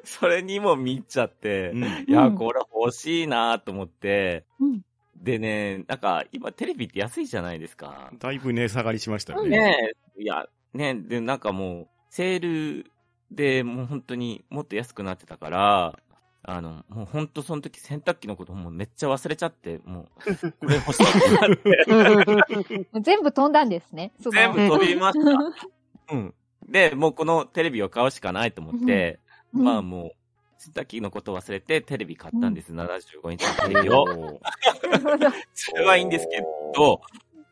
A: それにも見入っちゃって、
C: うん
A: いや、
B: うん
A: これ欲しいなと思って、
B: うん
A: でね、なんか、今テレビって安いじゃないですか。
C: だいぶ値下がりしましたよね。
A: ねえ、いや、ねえ、で、なんかもう、セールでもう本当にもっと安くなってたから、あの、もう本当その時洗濯機のこともうめっちゃ忘れちゃって、もう、これ欲しいってなって
B: 全部飛んだんですね。その
A: 全部飛びました。 うん。で、もうこのテレビを買うしかないと思って、
B: うん
A: まあもう、洗濯機のこと忘れてテレビ買ったんです。75インチのテレビを。
C: おー
B: なるほど
A: それはいいんですけ
E: ど。
A: ど、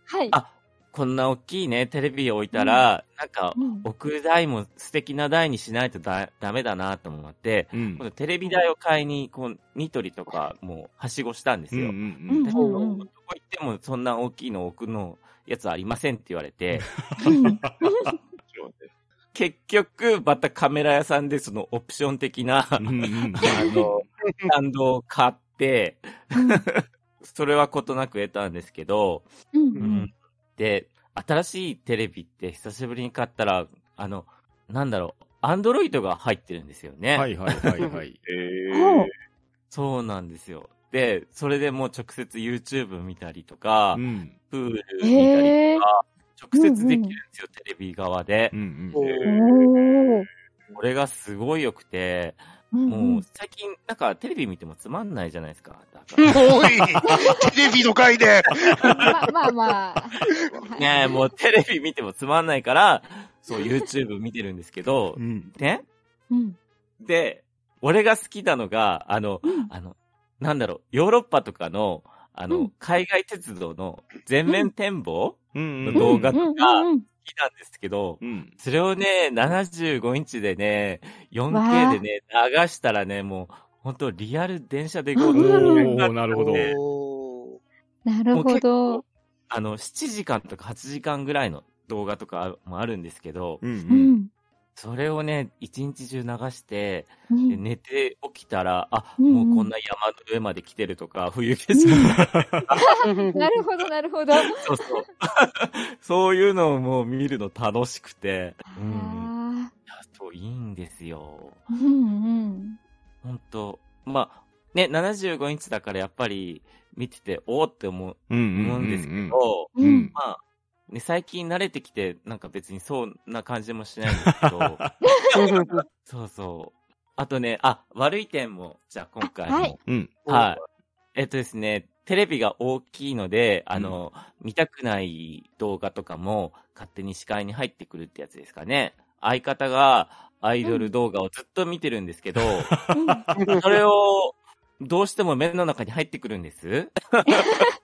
B: はい。
A: あこんな大きいね、テレビを置いたら、なんか、
B: うん
A: 置く台も素敵な台にしないとだダメだなと思って、
C: うん
A: 今度テレビ台を買いに、こう、ニトリとか、もう、はしごしたんです
C: うんう
A: よ。
C: ん
A: で、
B: う
A: ど
B: んうんうん
A: こ行ってもそんな大きいの置くの、やつありませんって言われて、
B: うん
A: 結局、またカメラ屋さんでそのオプション的な、あ
C: うんうんうん
A: の、スタンドを買って、それはことなく得たんですけど、
B: うん
A: うんで、新しいテレビって久しぶりに買ったら、あの、なんだろう、アンドロイドが入ってるんですよね。
C: はいはいはいはい。
E: え
B: ほう
A: そうなんですよ。で、それでもう直接 YouTube 見たりとか、
C: うん。
A: プール見たり
B: へえ。
A: とか、直接できるんですよ、テレビ側で
C: う。ん
D: お
B: お
D: ー
B: ー。
A: これがすごい良くて、
B: うんうん
A: もう最近、なんかテレビ見てもつまんないじゃないですか。だから
D: おい テレビの回で
B: まあまあまあ。
A: ねえ、もうテレビ見てもつまんないから、そう、YouTube 見てるんですけど
C: う、ん。
A: ね
B: うん。
A: で、俺が好きなのが、あの、あの、なんだろう、ヨーロッパとかの、あの、
B: うん
A: 海外鉄道の全面展望
C: うん
A: の
C: うん。
A: 動画
B: う
A: と
B: ん
A: か
B: うん
A: 好き
B: うん。
A: なんですけど、
C: うん。
A: それをね、75インチでね、
B: わあ
A: 4K でね、流したらね、もう、本当リアル電車で
C: お
A: ご
B: うんうんうん
C: ー、なるほど。
D: お
B: なるほど。
A: あの、7時間とか8時間ぐらいの動画とかもあるんですけど、
C: うんう。
B: うんん。
A: それをね、一日中流して、
B: う
A: で
B: ん
A: 寝て起きたら、あ、
B: うん
A: もうこんな山の上まで来てるとか、冬景色、
D: ー
B: なるほど、なるほど。
A: そうそう。 そういうのをもう見るの楽しくて、うん。
B: あ
A: いやそう、いいんですよ。
B: ーうん
A: ほんと。まあ、ね、75インチだからやっぱり見てて、おーって思う
C: うん
A: 思うんですけど、
B: うん。うん。
A: まあ、ね、最近慣れてきて、なんか別にそうな感じもしないんですけ ど、そうそう。あとね、あ、悪い点も、じゃあ今回も。
B: あは
A: はいい。
C: うん。
A: えっとですね、テレビが大きいので、あの、見たくない動画とかも勝手に視界に入ってくるってやつですかね。相方がアイドル動画をずっと見てるんですけど、 それをどうしても目の中に入ってくるん です。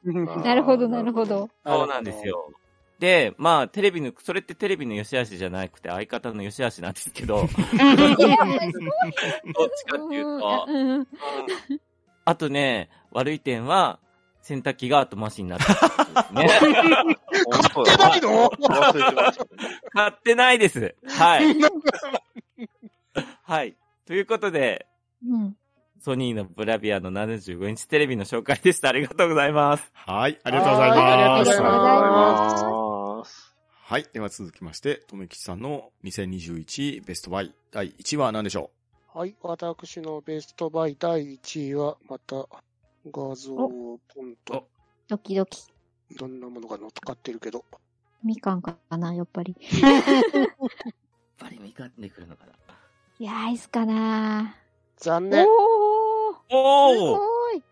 E: ー
B: なるほど、なるほ。ど。
A: そうなんですよ。で、まあ、テレビの、それってテレビの良し悪しじゃなくて相方の良し悪しなんです けど、どっ
B: いや、す
A: ちかっていうと、
B: ごい。
A: あとね、悪い点は、洗濯機が後回しになってる っていうね。
E: 買
D: 買ってないの
E: 忘れてました。
A: 買ってないです。 はい。はい。ということで、
B: うん。
A: ソニーのブラビアの75インチテレビの紹介でした。ありがとうございます。
C: はい。ありがとうございます。
B: はいありがとうございます
E: す。
C: はい。では続きまして、とめきちさんの2021ベストバイ第1位は何でしょ
D: はい、私のベストバイ第1位は、また画像をポンと、
B: ドキドキ。
D: どんなものが乗っかってるけど。
B: みかんかな、やっぱり。
A: やっぱりみかんでくるのかない
B: や、アイスかな。お
D: 残念。
B: ーす
A: おお
B: ごい。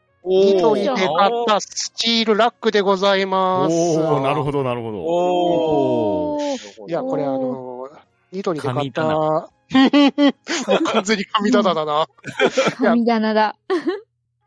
D: ニト
B: お
D: リ
B: ー
D: で買ったスチールラックでございうます。
C: おー、なる
D: ど。
C: ほど、なるほど。
A: おお
B: おー
D: いや、これあのー、ニトリで買った、
A: 神
D: もう 完全に神棚だな。
B: 神棚だ。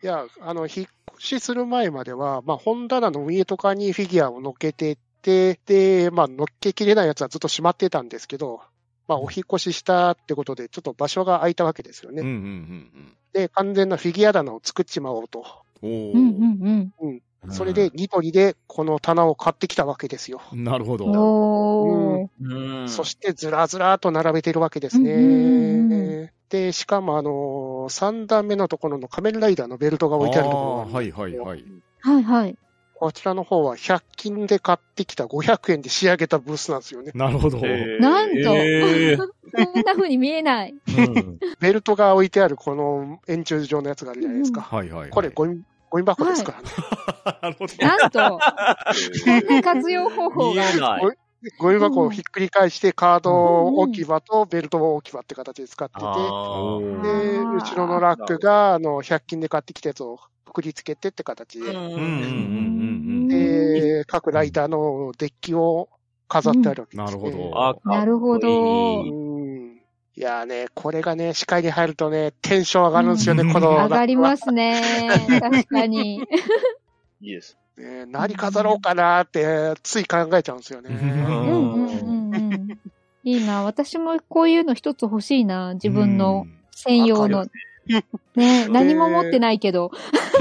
D: いや、あの、引っ越しする前までは、まあ、本棚の上とかにフィギュアを乗っけてって、で、まあ、乗っけきれないやつはずっとしまってたんですけど、まあ、お引っ越ししたってことで、ちょっと場所が空いたわけですよね。
C: うんうん
D: で、完全なフィギュア棚を作っちまおうと。
C: うんうん。
B: う
C: お
B: んう
C: ー。
B: ん
D: それで、ニトリでこの棚を買ってきたわけですよ。
C: なるほ
B: うん。
C: ど。
B: おー。
A: うん。
D: そして、ずらずらーと並べてるわけですね。
B: うんうんう
D: で、しかも、あの3段目のところの仮面ライダーのベルトが置いてあるところがあ
C: あ
D: る
C: ーはいはいはい。
B: はいはい。
D: こちらの方は100均で買ってきた500円で仕上げたブースなんですよね。
C: なるほど。
B: なんと、
A: えー
B: こんな風に見えない。
A: うん
D: ベルトが置いてあるこの円柱状のやつがあるじゃないですか。
C: はいはいはい。
D: これゴミ、ゴミ箱ですからね。
C: なるほど。
B: なん と、 活用方法
A: 見
B: が。
A: えない。
D: ゴミ箱をひっくり返してカード置き場とベルト置き場って形で使ってて、
A: あー
B: ー
D: で、
B: あ
D: 後ろのラックが、あの、100均で買ってきたやつをくくりつけてって形
A: う
D: で、
A: ん
C: うんうんうんうんうん。
D: で、各ライターのデッキを飾ってあるわけで
C: な
D: す、
C: る
D: ね
C: ほど。
A: あかっこいい
B: なるほど
D: うんいやーね、これがね、視界に入るとね、テンション上がるんですよね、
C: うん
D: この。
B: 上がりますね。確かに。
E: いいです。
D: ね何飾ろうかなーって、つい考えちゃうんです よ
A: う
B: うん
D: ね。
B: うんうんうん。いいな。私もこういうの一つ欲しいな。自分の専用の。ね何も持ってないけど。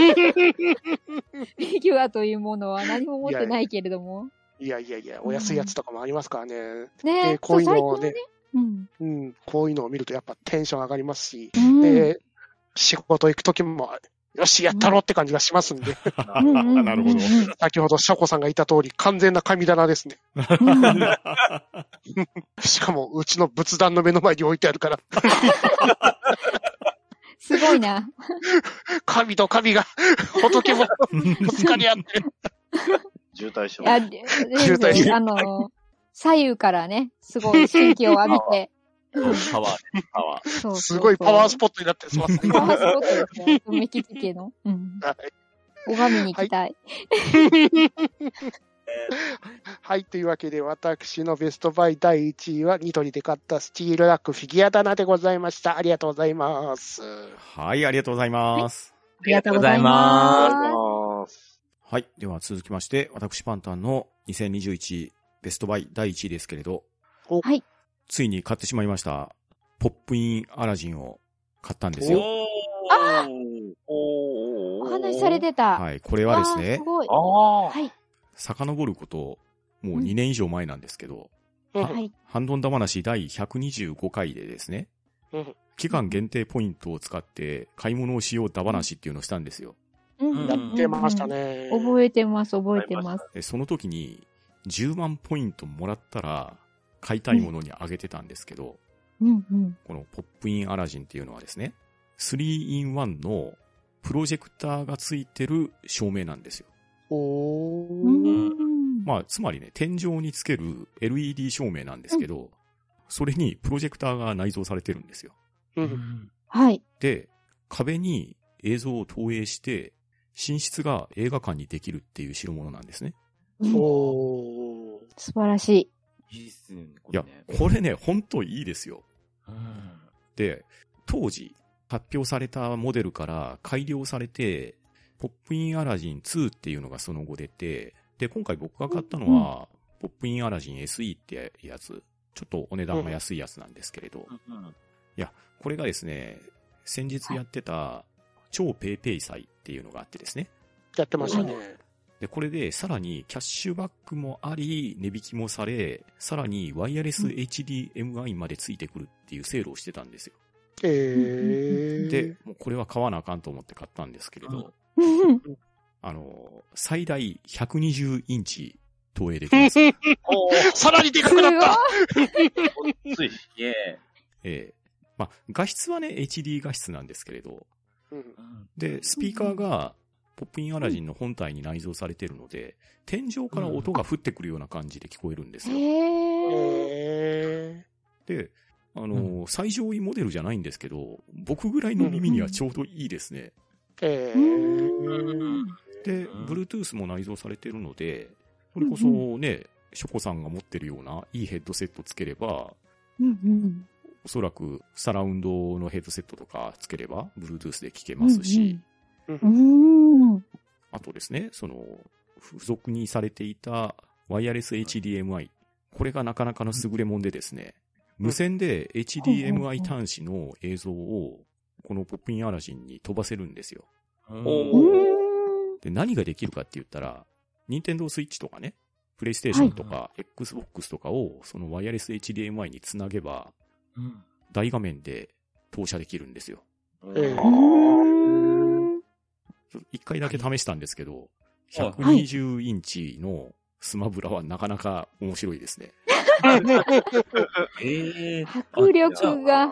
B: フィギュアというものは何も持ってないけれども。
D: いやいやいや、お安いやつとかもありますからね。
B: ね
D: で、こういうの
B: そ
D: を
B: う最
D: ね
B: 近、うん。
D: うん、こういうのを見るとやっぱテンション上がりますし、
B: うん
D: で、仕事行くときも、よし、やったろって感じがしますん で、
B: うんうんうんうん
F: なるほど。
D: 先ほどシャコさんが言った通り、完全な神棚ですね。
B: うんうん
D: しかも、うちの仏壇の目の前に置いてあるから、
B: すごいな。
D: 神と神が、仏も、ぶつかり合ってる。
E: 渋滞して
B: いや、
E: ます。
B: で
D: 渋滞
B: あの、左右からね、すごい神気を浴びて、
A: パワーね、パワー。
B: そうそうそう
D: すごいパワースポットになってますね。
B: パワースポットですね。梅吉地系の。うん。
D: はい
B: 拝みに行きたい。
D: はい、というわけで、私のベストバイ第1位は、ニトリで買ったスチールラックフィギュア棚でございました。ありがとうございます。
C: はい、ありがとうございます。
B: ありがと
A: うございま
E: ありがとうございます。
C: はい、では続きまして、私パンタンの2021ベストバイ第1位ですけれど、
D: お
B: はい
C: ついに買ってしまいました、ポップインアラジンを買ったんですよ。
E: お
B: あ
E: お
B: お話しされてた。
C: はい、これはです
B: わあ
C: ね
B: す、ごい。
E: ああ。
B: はい。
C: 遡ること、もう2年以上前なんですけど、
D: うん
B: はい。
C: ハンドンダ話第125回でですね
D: うん、
C: 期間限定ポイントを使って買い物をしようだ話っていうのをしたんですよ。
B: うん
A: やって
D: 出ました。ね。
B: うん覚えてます、覚えてます。
C: でその時に10万ポイントもらったら買いたいものにあげてたんですけど、
B: うんうん。
C: このポップインアラジンっていうのはですね、3-in-1 のプロジェクターがついてる照明なんですよ。
D: お
B: う
D: ー
B: ん。
C: まあ、つまりね、天井につける LED 照明なんですけど、それにプロジェクターが内蔵されてるんですよ。
D: うん
B: はい。
C: で、壁に映像を投影して、寝室が映画館にできるっていう代物なんですね。
B: うん
D: おー
B: 素晴らしい。
A: いいっすね、こ
C: い
A: れ
C: や
A: ね。、
C: これね、ほんといいですよ。
A: うん
C: で、当時発表されたモデルから改良されて、ポップインアラジン2っていうのがその後出て、で、今回僕が買ったのは、ポップインアラジン SE ってやつ、ちょっとお値段も安いやつなんですけれど、これがですね、先日やってた超ペイペイ祭っていうのがあってですね、
D: やってましたね。
C: で、これでさらにキャッシュバックもあり、値引きもされ、さらにワイヤレス HDMI までついてくるっていうセールをしてたんですよ。
D: えー、
C: で、もうこれは買わなあかんと思って買ったんですけれど、
A: うん
C: あの、最大120インチ投影できます。
E: おー
D: さらにでかくなった
E: つい。
A: いえ。
C: ええまあ、画質はね、HD 画質なんですけれど、
D: うん
A: うん
C: で、スピーカーが、ポップインアラジンの本体に内蔵されてるので、天井から音が降ってくるような感じで聞こえるんですよ。
B: へえ。
D: え
C: で、あのー最上位モデルじゃないんですけど、僕ぐらいの耳にはちょうどいいですね。
D: ー、え
B: う
D: ー、
B: ん
C: で、
A: うん
C: Bluetooth も内蔵されてるので、それこそね、ショコさんが持ってるようないいヘッドセットつければ、
B: うん
C: おそらくサラウンドのヘッドセットとかつければ、Bluetooth で聞け
B: うん。
C: ますし、
B: うんうん。
C: あとですね、その、付属にされていたワイヤレス HDMI。これがなかなかの優れもんでですね、無線で
B: ほうほうほ
C: HDMI
B: う
C: 端子の映像を、このポップインアラジンに飛ばせるんですよ。
B: う
A: おー
B: ん。
C: で、何ができるかって言ったら、任天堂スイッチとかね、プレイステーションとか、Xbox とかを、そのワイヤレス HDMI につなげば、大画面で投射できるんですよ。
D: え
B: うん
C: ちょっと一回だけ試したんですけど、
A: はい
C: 120インチのスマブラはなかなか面白いですね。
A: ええ。
B: 迫力が。
A: じゃあ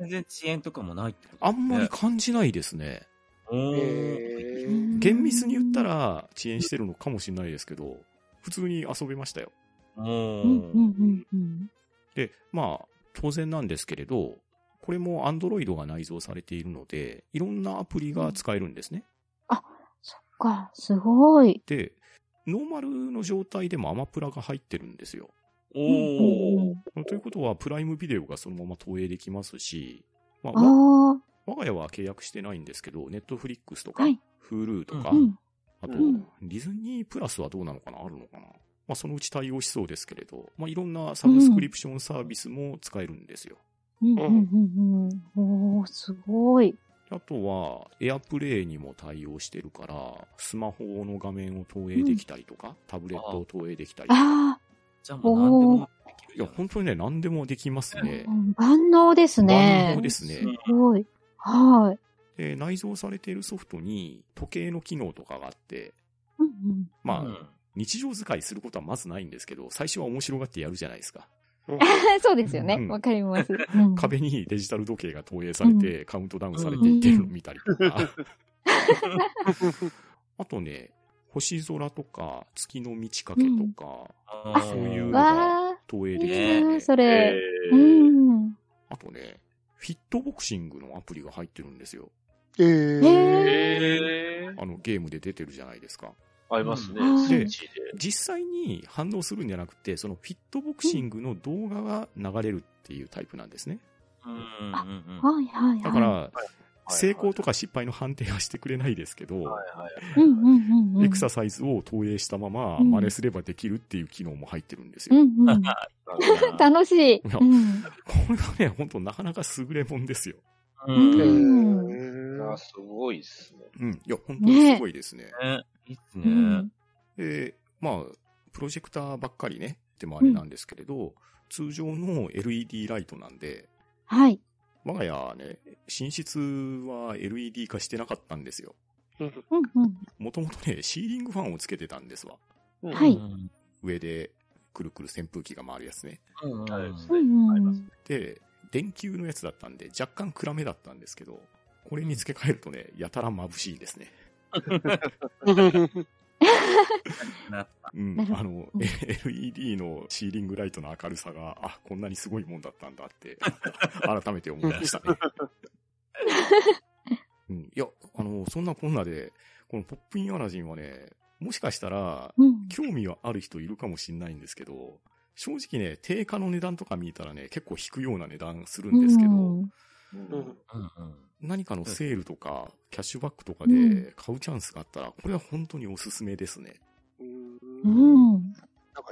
A: 全然遅延とかもないってこと
C: あんまり感じないですね。
A: おー
D: えー、
C: 厳密に言った、ら遅延してるのかもしれないですけど、普通に遊べましたよ。
A: お
B: うんうん
A: ー
B: うんうん。
C: で、まあ、当然なんですけれど、これも Android が内蔵されているので、いろんなアプリが使えるんですね。
B: そっか、すごい。
C: で、ノーマルの状態でもアマプラが入ってるんですよ。
B: うんう
A: おー
B: ん
C: ということは、プライムビデオがそのまま投影できますし、まあ、わ
B: あ
C: 我が家は契約してないんですけど、ネットフリックスと
B: あ、
C: か、
B: はい。
C: Hulu とか、
B: う。
A: うん
C: あと、
B: うん
C: ディズニープラスはどうなのかなあるのかなまあ、そのうち対応しそうですけれど、まあ、いろんなサブスクリプションサービスも使えるんですよ。
B: うんうんうんうん。おー、すごい。
C: あとは、エアプレイにも対応してるから、スマホの画面を投影できたりとか、タブレットを投影できたりとか。
B: あ
A: じゃあもう何でもでき
C: いや、
A: る
C: 本当にね、何でもできますね
B: あ、。万能ですね。
C: 万能ですね。
B: すごい。はい。
C: で、内蔵されているソフトに時計の機能とかがあって、
B: うんうん。
C: まあ、
A: うん
C: 日常使いすることはまずないんですけど、最初は面白がってやるじゃないですか。
B: そうですよね
C: う。ん
B: わ、かります。うん
C: 壁にデジタル時計が投影されて、カウントダウンされていってるのを見たりとか。 あとね、星空とか、月の満ち欠けとか、そういう
B: わ
C: 投影
B: ー、
C: でき
B: い
C: る、
B: いな、そ
E: え
B: れ。
E: ー
B: うん。
C: あとね、フィットボクシングのアプリが入ってるんですよ。
D: え
B: へ
D: ー、
E: えー
C: あの、ゲームで出てるじゃないですか。
E: 合いますね
B: うん、
E: スイッチで。
C: 実際に反応するんじゃなくて、そのフィットボクシングの動画が流れるっていうタイプなんですね。
A: うんうんうんうん
B: はいはいはい。
C: だから、
E: い
C: 成功とか失敗の判定はしてくれないですけど、
E: はいはい
B: うんうんうん。
C: エクササイズを投影したまま
B: うん
C: 真似すればできるっていう機能も入ってるんです
B: う
C: よ。
B: んうん。
E: はい。
B: 楽しい。うん。
C: これはね、本当なかなか優れもんですよ。
A: うん
B: う
A: ね
B: ん
E: あすごいっすね。
C: うん。いや、本当にすごいですね。
A: いいっす
B: う
A: ね
B: ん。
C: で、まあ、プロジェクターばっかりね、ってもあれなんですけれど、通常の LED ライトなんで、
B: はい。
C: 我が家はね、寝室は LED 化してなかったんですよ。
B: うんうん。
C: もともとね、シーリングファンをつけてたんですわ。
B: は
A: う
B: い。
A: ん
C: 上で、くるくる扇風機が回るやつね。
A: うんうんうん
B: うん
E: あり
B: う
E: ます
B: ん。
C: で、電球のやつだったんで、若干暗めだったんですけど、これに付け替えるとね、やたら眩しいですね。うん
B: な。る
C: あ
B: ほ
C: の
B: う、ん
C: LED のシーリングライトの明るさが、あ、こんなにすごいもんだったんだって、改めて思いました ね。うん、いや、あの、そんなこんなで、このポップインアラジンはね、もしかしたら、
B: うん。
C: 興味はある人いるかもしれないんですけど、正直ね、定価の値段とか見たらね、結構引くような値段するんですけど、
B: うん
E: うん
C: 何かのセールとか、キャッシュバックとか
B: う
C: で買うチャンスがあったら、これは本当におすすめですね。
B: う
D: なん
B: ん。
D: か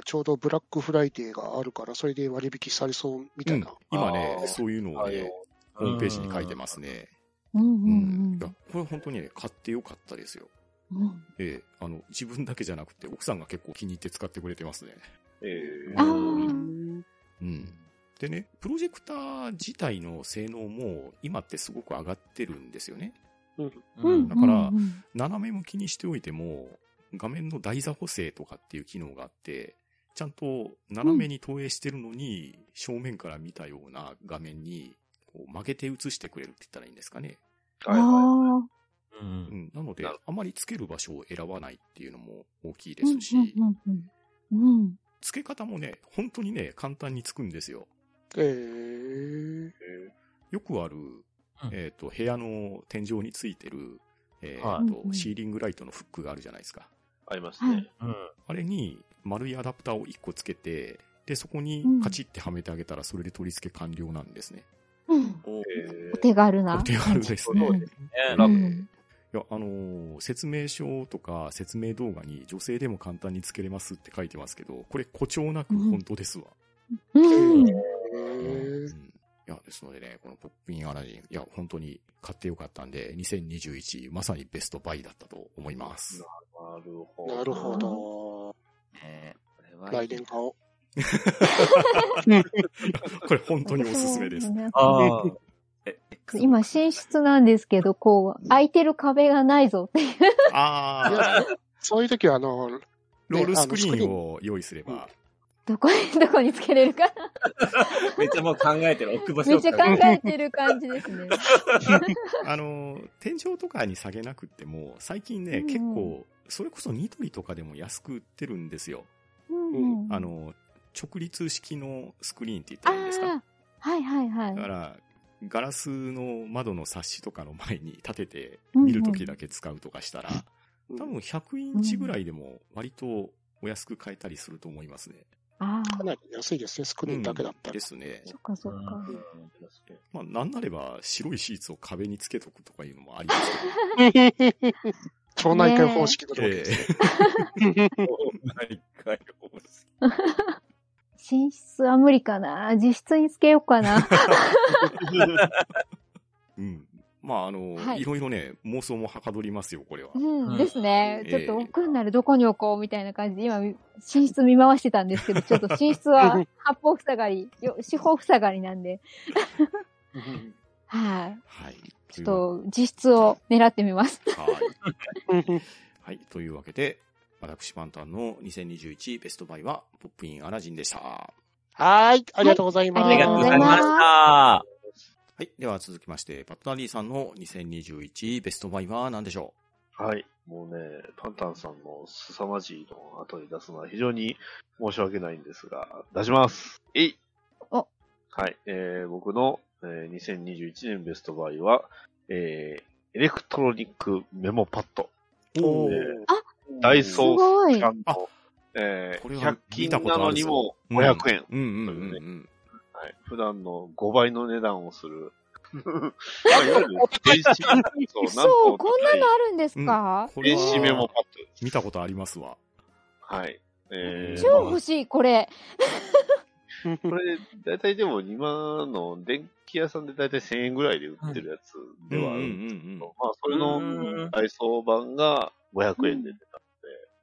D: ちょうどブラックフライデーがあるから、それで割引されそうみたいな。
C: 今ね
E: あ、ー
C: そういうのを
E: あ
C: ね
E: の、
C: ホームページに書いてますね。
B: うんう
C: うんいや、これは本当にね、買ってよかったですよ。
B: うんうん。
C: ええあの、自分だけじゃなくて、奥さんが結構気に入って使ってくれてますね。
E: えー
B: あ
C: うん。でね、プロジェクター自体の性能も、今ってすごく上がってるんですよね。
B: あ。うん。
C: だから
B: うんうん
C: 斜め向きにしておいても、画面の台座補正とかっていう機能があって、ちゃんと斜めに投影してるのに、正面から見たような画面に、こう曲げて映してくれるって言ったらいいんですかね。
E: はいは
B: あ
A: う
C: うんん、なので
E: なる、
C: あまりつける場所を選ばないっていうのも大きい
B: ー
C: ですし、
B: うんうんうんうん。
C: 付け方もね、本当にね、簡単につくんですよ。
D: えー、
E: いえ
C: よくある、えっ、と、部屋の天井についてる、えっ、
A: はい
B: うんう
C: と、
B: ん
C: シーリングライトのフックがあるじゃないですか。
E: ー。ありますね。
A: うん
C: あれに丸いアダプターを1個つけて、で、そこにカチッてはめてあげたら、それで取り付け完了なんですね。
B: うん。
A: お
E: え
B: お手軽な。
C: お手軽です
E: そ
C: ね
E: う。
B: です
C: え
E: ね
C: ーいや、あのー説明書とか説明動画に女性でも簡単につけれますって書いてますけど、これ誇張なく本当ですわ。
B: うん。
C: うん
D: え
C: いや、ですのでね、このポップインアラジン、いや、本当に買ってよかったんで、2021、まさにベストバイだったと思います。
E: ー、なるほ
D: ー、
E: ど。
D: なるほど。
A: ねこれはい
D: 来
A: い
D: 年買おう。
C: これ本当におすす めです。。
A: あーえ
B: 今、寝室なんですけど、こう、空いてる壁がないぞっていう。
D: い
C: ああ、
D: や、そういう時は、あの、
C: ロールスクリ
D: ねあのスクリ
C: ー
D: ー
C: ン
D: ン
C: を用意すれば、
B: どこに、どこにつけれるか。
A: めっちゃもう考えてる、奥場
B: め
A: 所
B: っちゃ考えてる感じですね。
C: あのー、天井とかに下げなくっても、最近ね、
B: うん
C: 結構、それこそニトリとかでも安く売ってるんですよ。
B: うんうん
C: あ、のー、直立式のスクリーンって言った
B: あ
C: らいいんですか
B: あ、はいはいはい。
C: だから、ガラスの窓の冊子とかの前に立てて、
B: うんうん
C: 見るときだけ使うとかしたら、多分100インチぐらいでも割とお安く買えたりすると思いますね。
B: あ
D: か
B: あ、
D: なり安いですね、スクリーンだけだ った
C: で
D: ら。
C: すね。
B: そっかそっか。
C: まあ、なんなれば白いシーツを壁につけとくとかいうのもあります
D: 町内会方式の
C: け
D: 料
C: ど
D: 理
C: え
D: です。
C: え
B: 寝室は無理かな。自室につけようかな。
C: うん。まあ、あの、
B: はい
C: いろいろね、妄想もはかどりますよ、これは。
B: うん、ですね。
C: うん
B: ちょっと
C: ええ
B: 奥になるどこに置こうみたいな感じで、今、寝室見回してたんですけど、ちょっと寝室は八方塞がり、よ四方塞がりなんで。はい、
C: はい。
B: ちょっと実質を狙ってみます。
C: はい。
D: うん
C: はい。というわけで、私パンタンの2021ベストバイは、ポップインアラジンでした。は
D: はーい、ありがとうございます。
B: は
A: あ
B: い
A: りがとうございまし
B: ありがとうござい
A: た。
C: い。では続きまして、パッタリーさんの2021ベストバイは何でしょ
E: はい。もうね、パンタンさんの凄まじいの後に出すのは非常に申し訳ないんですが、出しますえい
B: お
E: はい、えー、僕の、えー2021年ベストバイは、えー、エレクトロニックメモパッド。
C: う
E: え
C: ー
E: ー
B: あ
E: ダイ
B: す
E: ソー
B: ごい。
E: さん
C: あ
E: の、えー、
C: これは
E: 100
C: 見
E: 均
C: たこと
E: な
C: あ
E: の
C: る
E: に
C: ぞ
E: も500円。
C: うんうんうんうん。
E: はい、普段の5倍の値段をする。 まあ、いわゆる電子 メモパッド。なん
B: そう、
E: と
B: こんなのあるんですか、
C: これ
E: 電子メモ
C: は
E: パッドです。
C: 見たことありますわ。
E: はい。えー、
C: うん
B: 超欲しい、これ。
E: これ、だいたいでも今の電気屋さんでだいたい1000円ぐらいで売ってるやつではある
C: うん
E: んですけ
C: うんうんうん
E: ど、まあ、それの配送版が500円で出た。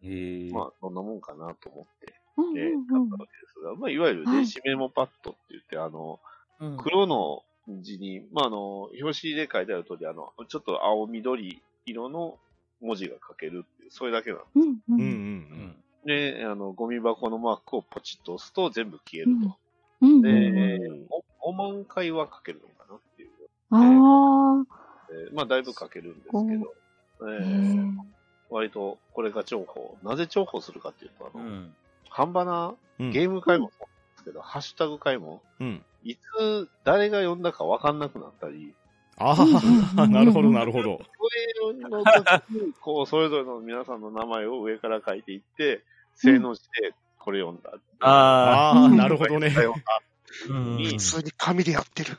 A: えー
E: まあ、そんなもんかなと思って、
B: うんう
E: え
B: ん
E: ー
B: う
E: 買っ
B: ん
E: たわけですが、まあ、いわゆる電子メモパッドって言って、あの、
A: うん
E: 黒の字に、まあ、あの、表紙で書いてある通り、あの、ちょっと青緑色の文字が書けるっていう、それだけなの。
B: うんう
C: うん
B: ん
C: うんうん。
E: で、あの、ゴミ箱のマークをポチッと押すと全部消えると。
B: うん
E: で、
B: うん
E: お5万回は書けるのかなっていう。
B: あ
E: えーまあ、だいぶ書けるんですけど、
B: あ、
E: え
B: へ
E: ー
B: ー
E: 割とこれが重宝。なぜ重宝するかっていうと、あ
A: う
E: の、
A: ん。
E: 半端な
C: うん
E: ゲーム会もそうですけど、ハッシュタグ会も、
C: うん。
E: いつ誰が読んだかわかんなくなったり、
C: ああ、
B: うん
C: なるほど、なるほど。
E: それの時に、こう、それぞれの皆さんの名前を上から書いていって、性能して、これ読んだ。
A: あ
C: ああ、なるほ どね。
E: これ読んだ
A: あ、うん
E: いい
D: 普通に紙でやってる。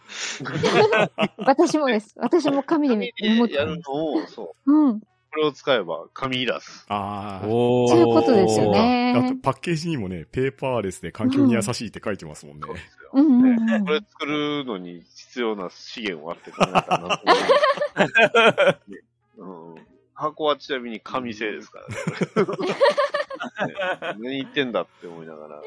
B: 私もです。私も紙で見持っ
E: 紙で
B: て
E: や
B: ま
E: る
B: す。
E: のを、そう。
B: うん。
E: これを使えば、紙いらず。
C: ああ。
A: おー
B: そういうことですよね
F: だってパッケージにもね、ペーパーレスで環境に優しいって書いてますもんね。
E: そうですよ。
B: うんうんうん
E: これ作るのに必要な資源はあってこないかなと思うんですけどうん箱はちなみに紙製ですからね。ね何言ってんだって思いながら、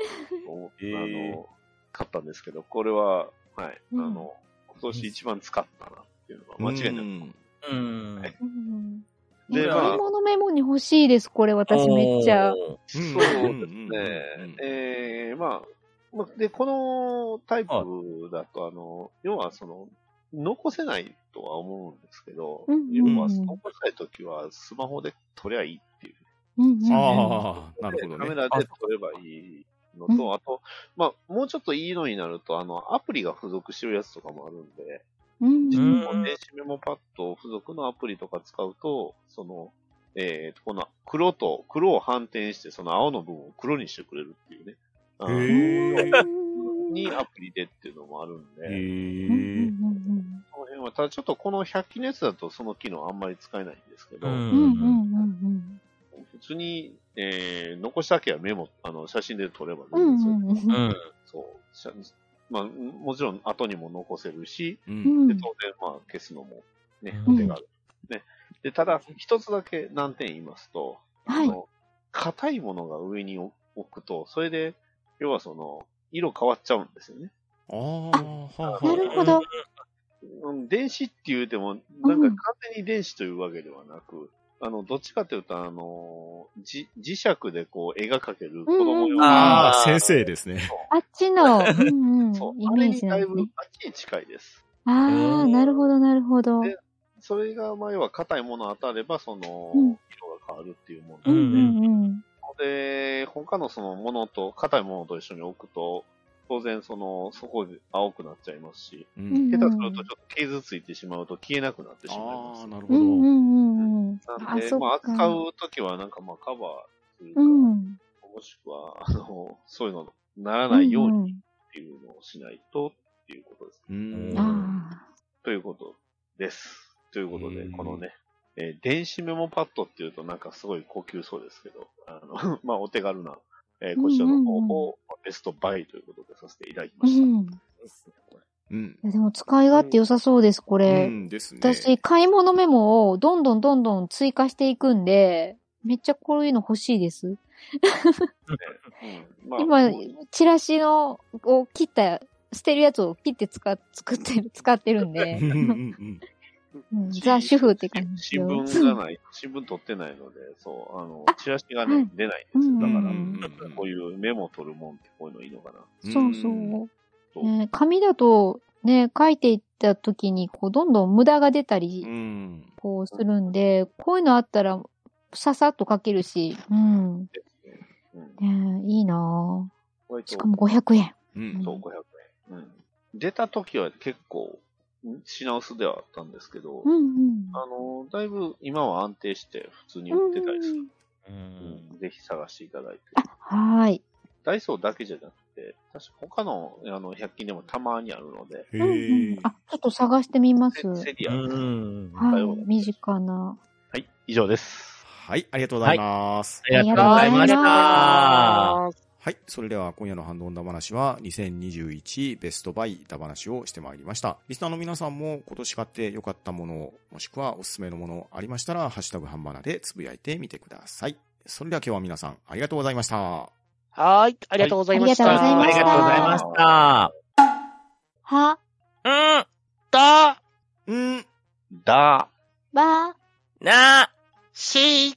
E: お
A: えー
E: あの、買ったんですけど、これは、はい、あ
B: うん
E: の、今年一番使ったなっていうのは間違いな
C: う
E: い。
C: ん
A: うん。
B: うんうん。
A: う
E: で、
A: ん
E: まあ
B: 買い、物メモに欲しいです、これ私めっちゃ。
A: おー
C: そうです
E: そうですね。えー、まあ、まあで、このタイプだと、あの、要はその、残せないとは思うんですけど、
B: うんうん
E: 要
B: うん
E: は残せないときはスマホで撮りゃいいっていう。
B: うんうん
C: ああ、なるほど
E: カメ
C: ね。
E: ラで撮ればいいのと、あと、まあ、もうちょっといいのになると、あの、アプリが付属してるやつとかもあるんで、
B: うん
E: 自
B: うん
E: 分の電子メモパッド付属のアプリとか使うと、その、えー、この黒と、黒を反転して、その青の部分を黒にしてくれるっていうね。あの
C: へえ。
E: にアプリでっていうのもあるんで、
A: え
B: うんうん
A: ー。
E: その辺は、ただちょっとこの100均のやつだとその機能あんまり使えないんですけど、
A: うん
B: うんうんうん
E: 普通に、えー残したけはメモ、あの、写真で撮れば
B: うんう
E: 全然それ
B: んう
A: う
B: ん
A: ん。
E: そう写まあ、もちろん後にも残せるし、
C: うん。
E: で当然、まあ、消すのもね、
A: うん
E: 手がある。ね。で、ただ、一つだけ難点言いますと、
B: は
E: あ
B: い。
E: の硬いものが上に置くと、それで、要はその、色変わっちゃうんですよね。
C: ああ、は
B: なるほど。
E: うん電子って言うても、なんか完全に電子というわけではなく、あの、どっちかというと、あのーじ、磁石でこう、絵が描ける子供用
B: うんうんうん
E: の、
C: ああ、先生ですね。
B: あっちの、うんうん
E: そう、
B: イ
E: あ
B: メ
E: れ
B: ー
E: に
B: ジな
E: だ
B: ん
E: い
B: です
E: ぶ、あ
B: ね
E: っ。ちに近いです。
B: ああ、なるほど、なるほど。
E: でそれが、まあ、要は硬いもの当たれば、その、
B: うん
E: 色が変わるっていうも
B: うん
E: の
B: うん
E: で、他のそのものと、硬いものと一緒に置くと、当然、その、そこで青くなっちゃいますし、
C: う
B: うん。
C: ん。
E: 下手するとちょっと傷ついてしまうと消えなくなってしまいま
C: あ
E: す
C: あ、。なるほ
B: うんう
C: ど。
B: んうんうん。
E: なんで、
B: そっ
E: まあ、
B: か
E: 扱うときはなんかまあカバーするか、
B: うん。
E: もしくは、あの、そういうのにならないように
B: に。
E: っていうのをしないとっていうことです。
C: うん。
B: あ
E: ということです。ということで、
C: うん
E: このね、えー電子メモパッドっていうとなんかすごい高級そうですけど、あの、 まあお手軽な、えーこちらの方をベストバイということでさせていただき
B: あ。う
E: ました。
B: ん。い
C: うん。
B: やでも使い勝手良さそうです、こ
C: う
B: れ。
C: んですね。
B: 私、買い物メモをどんどんどんどん追加していくんで、めっちゃこういうの欲しいです。
E: うんまあ
B: 今
E: もう、
B: チラシの、を切った、捨てるやつを切って使っ、作ってる、使ってるん
C: う
B: で
C: んう。んうん
B: うんザ・主婦って感じです
E: 新
B: よ。
E: 聞がない、新聞取ってないので、そう、あの、チラシが
B: は
E: ね
B: い、
E: 出ないん
B: う
E: ですよ。
B: ん
E: だか
C: う
E: ら、
C: ん
E: こういうメモ取るもんってこういうのいいのかな。
B: そうそう。
E: そう
B: ね、紙だと、ね、書いていった時に、こう、どんどん無駄が出たり、
C: うん。
B: こう、するんで、こういうのあったら、ささっと書けるし、うん。
E: うん。
B: ね、いいなぁ。
E: これと
B: しかも500円。
C: うん。
E: そう、500円。うん。出た時は結構、ん品薄ではあったんですけど、
B: うんうん。
E: あの、だいぶ今は安定して普通に売ってたりする。
A: う
E: うん
A: ん。
E: ぜひ探していただいて。
B: はーい。
E: ダイソーだけじゃなくて、確か他のあの100均でもたまにあるので、
F: へ
B: うんうん
F: え。
B: あ、ちょっと探してみます。
E: セセリア。
A: うん。
B: は
E: よう
B: い。身近な。
E: はい、以上です。
C: はい、ありがとうございます。
A: ありがとうございまし
B: あ
A: た。
C: はい、それでは今夜のハンドオンダ話は2021ベストバイダ話をしてまいりました。リスナーの皆さんも今年買って良かったもの、もしくはおすすめのものありましたら、ハッシュタグハンバナでつぶやいてみてください。それでは今日は皆さんありがとうございました。
D: はーい、ありがとうございました。
B: ありがとうございました
A: ありがとうございました。
B: は、
A: うん。
D: た、
C: うん
E: だ
B: ば、
A: な
D: し、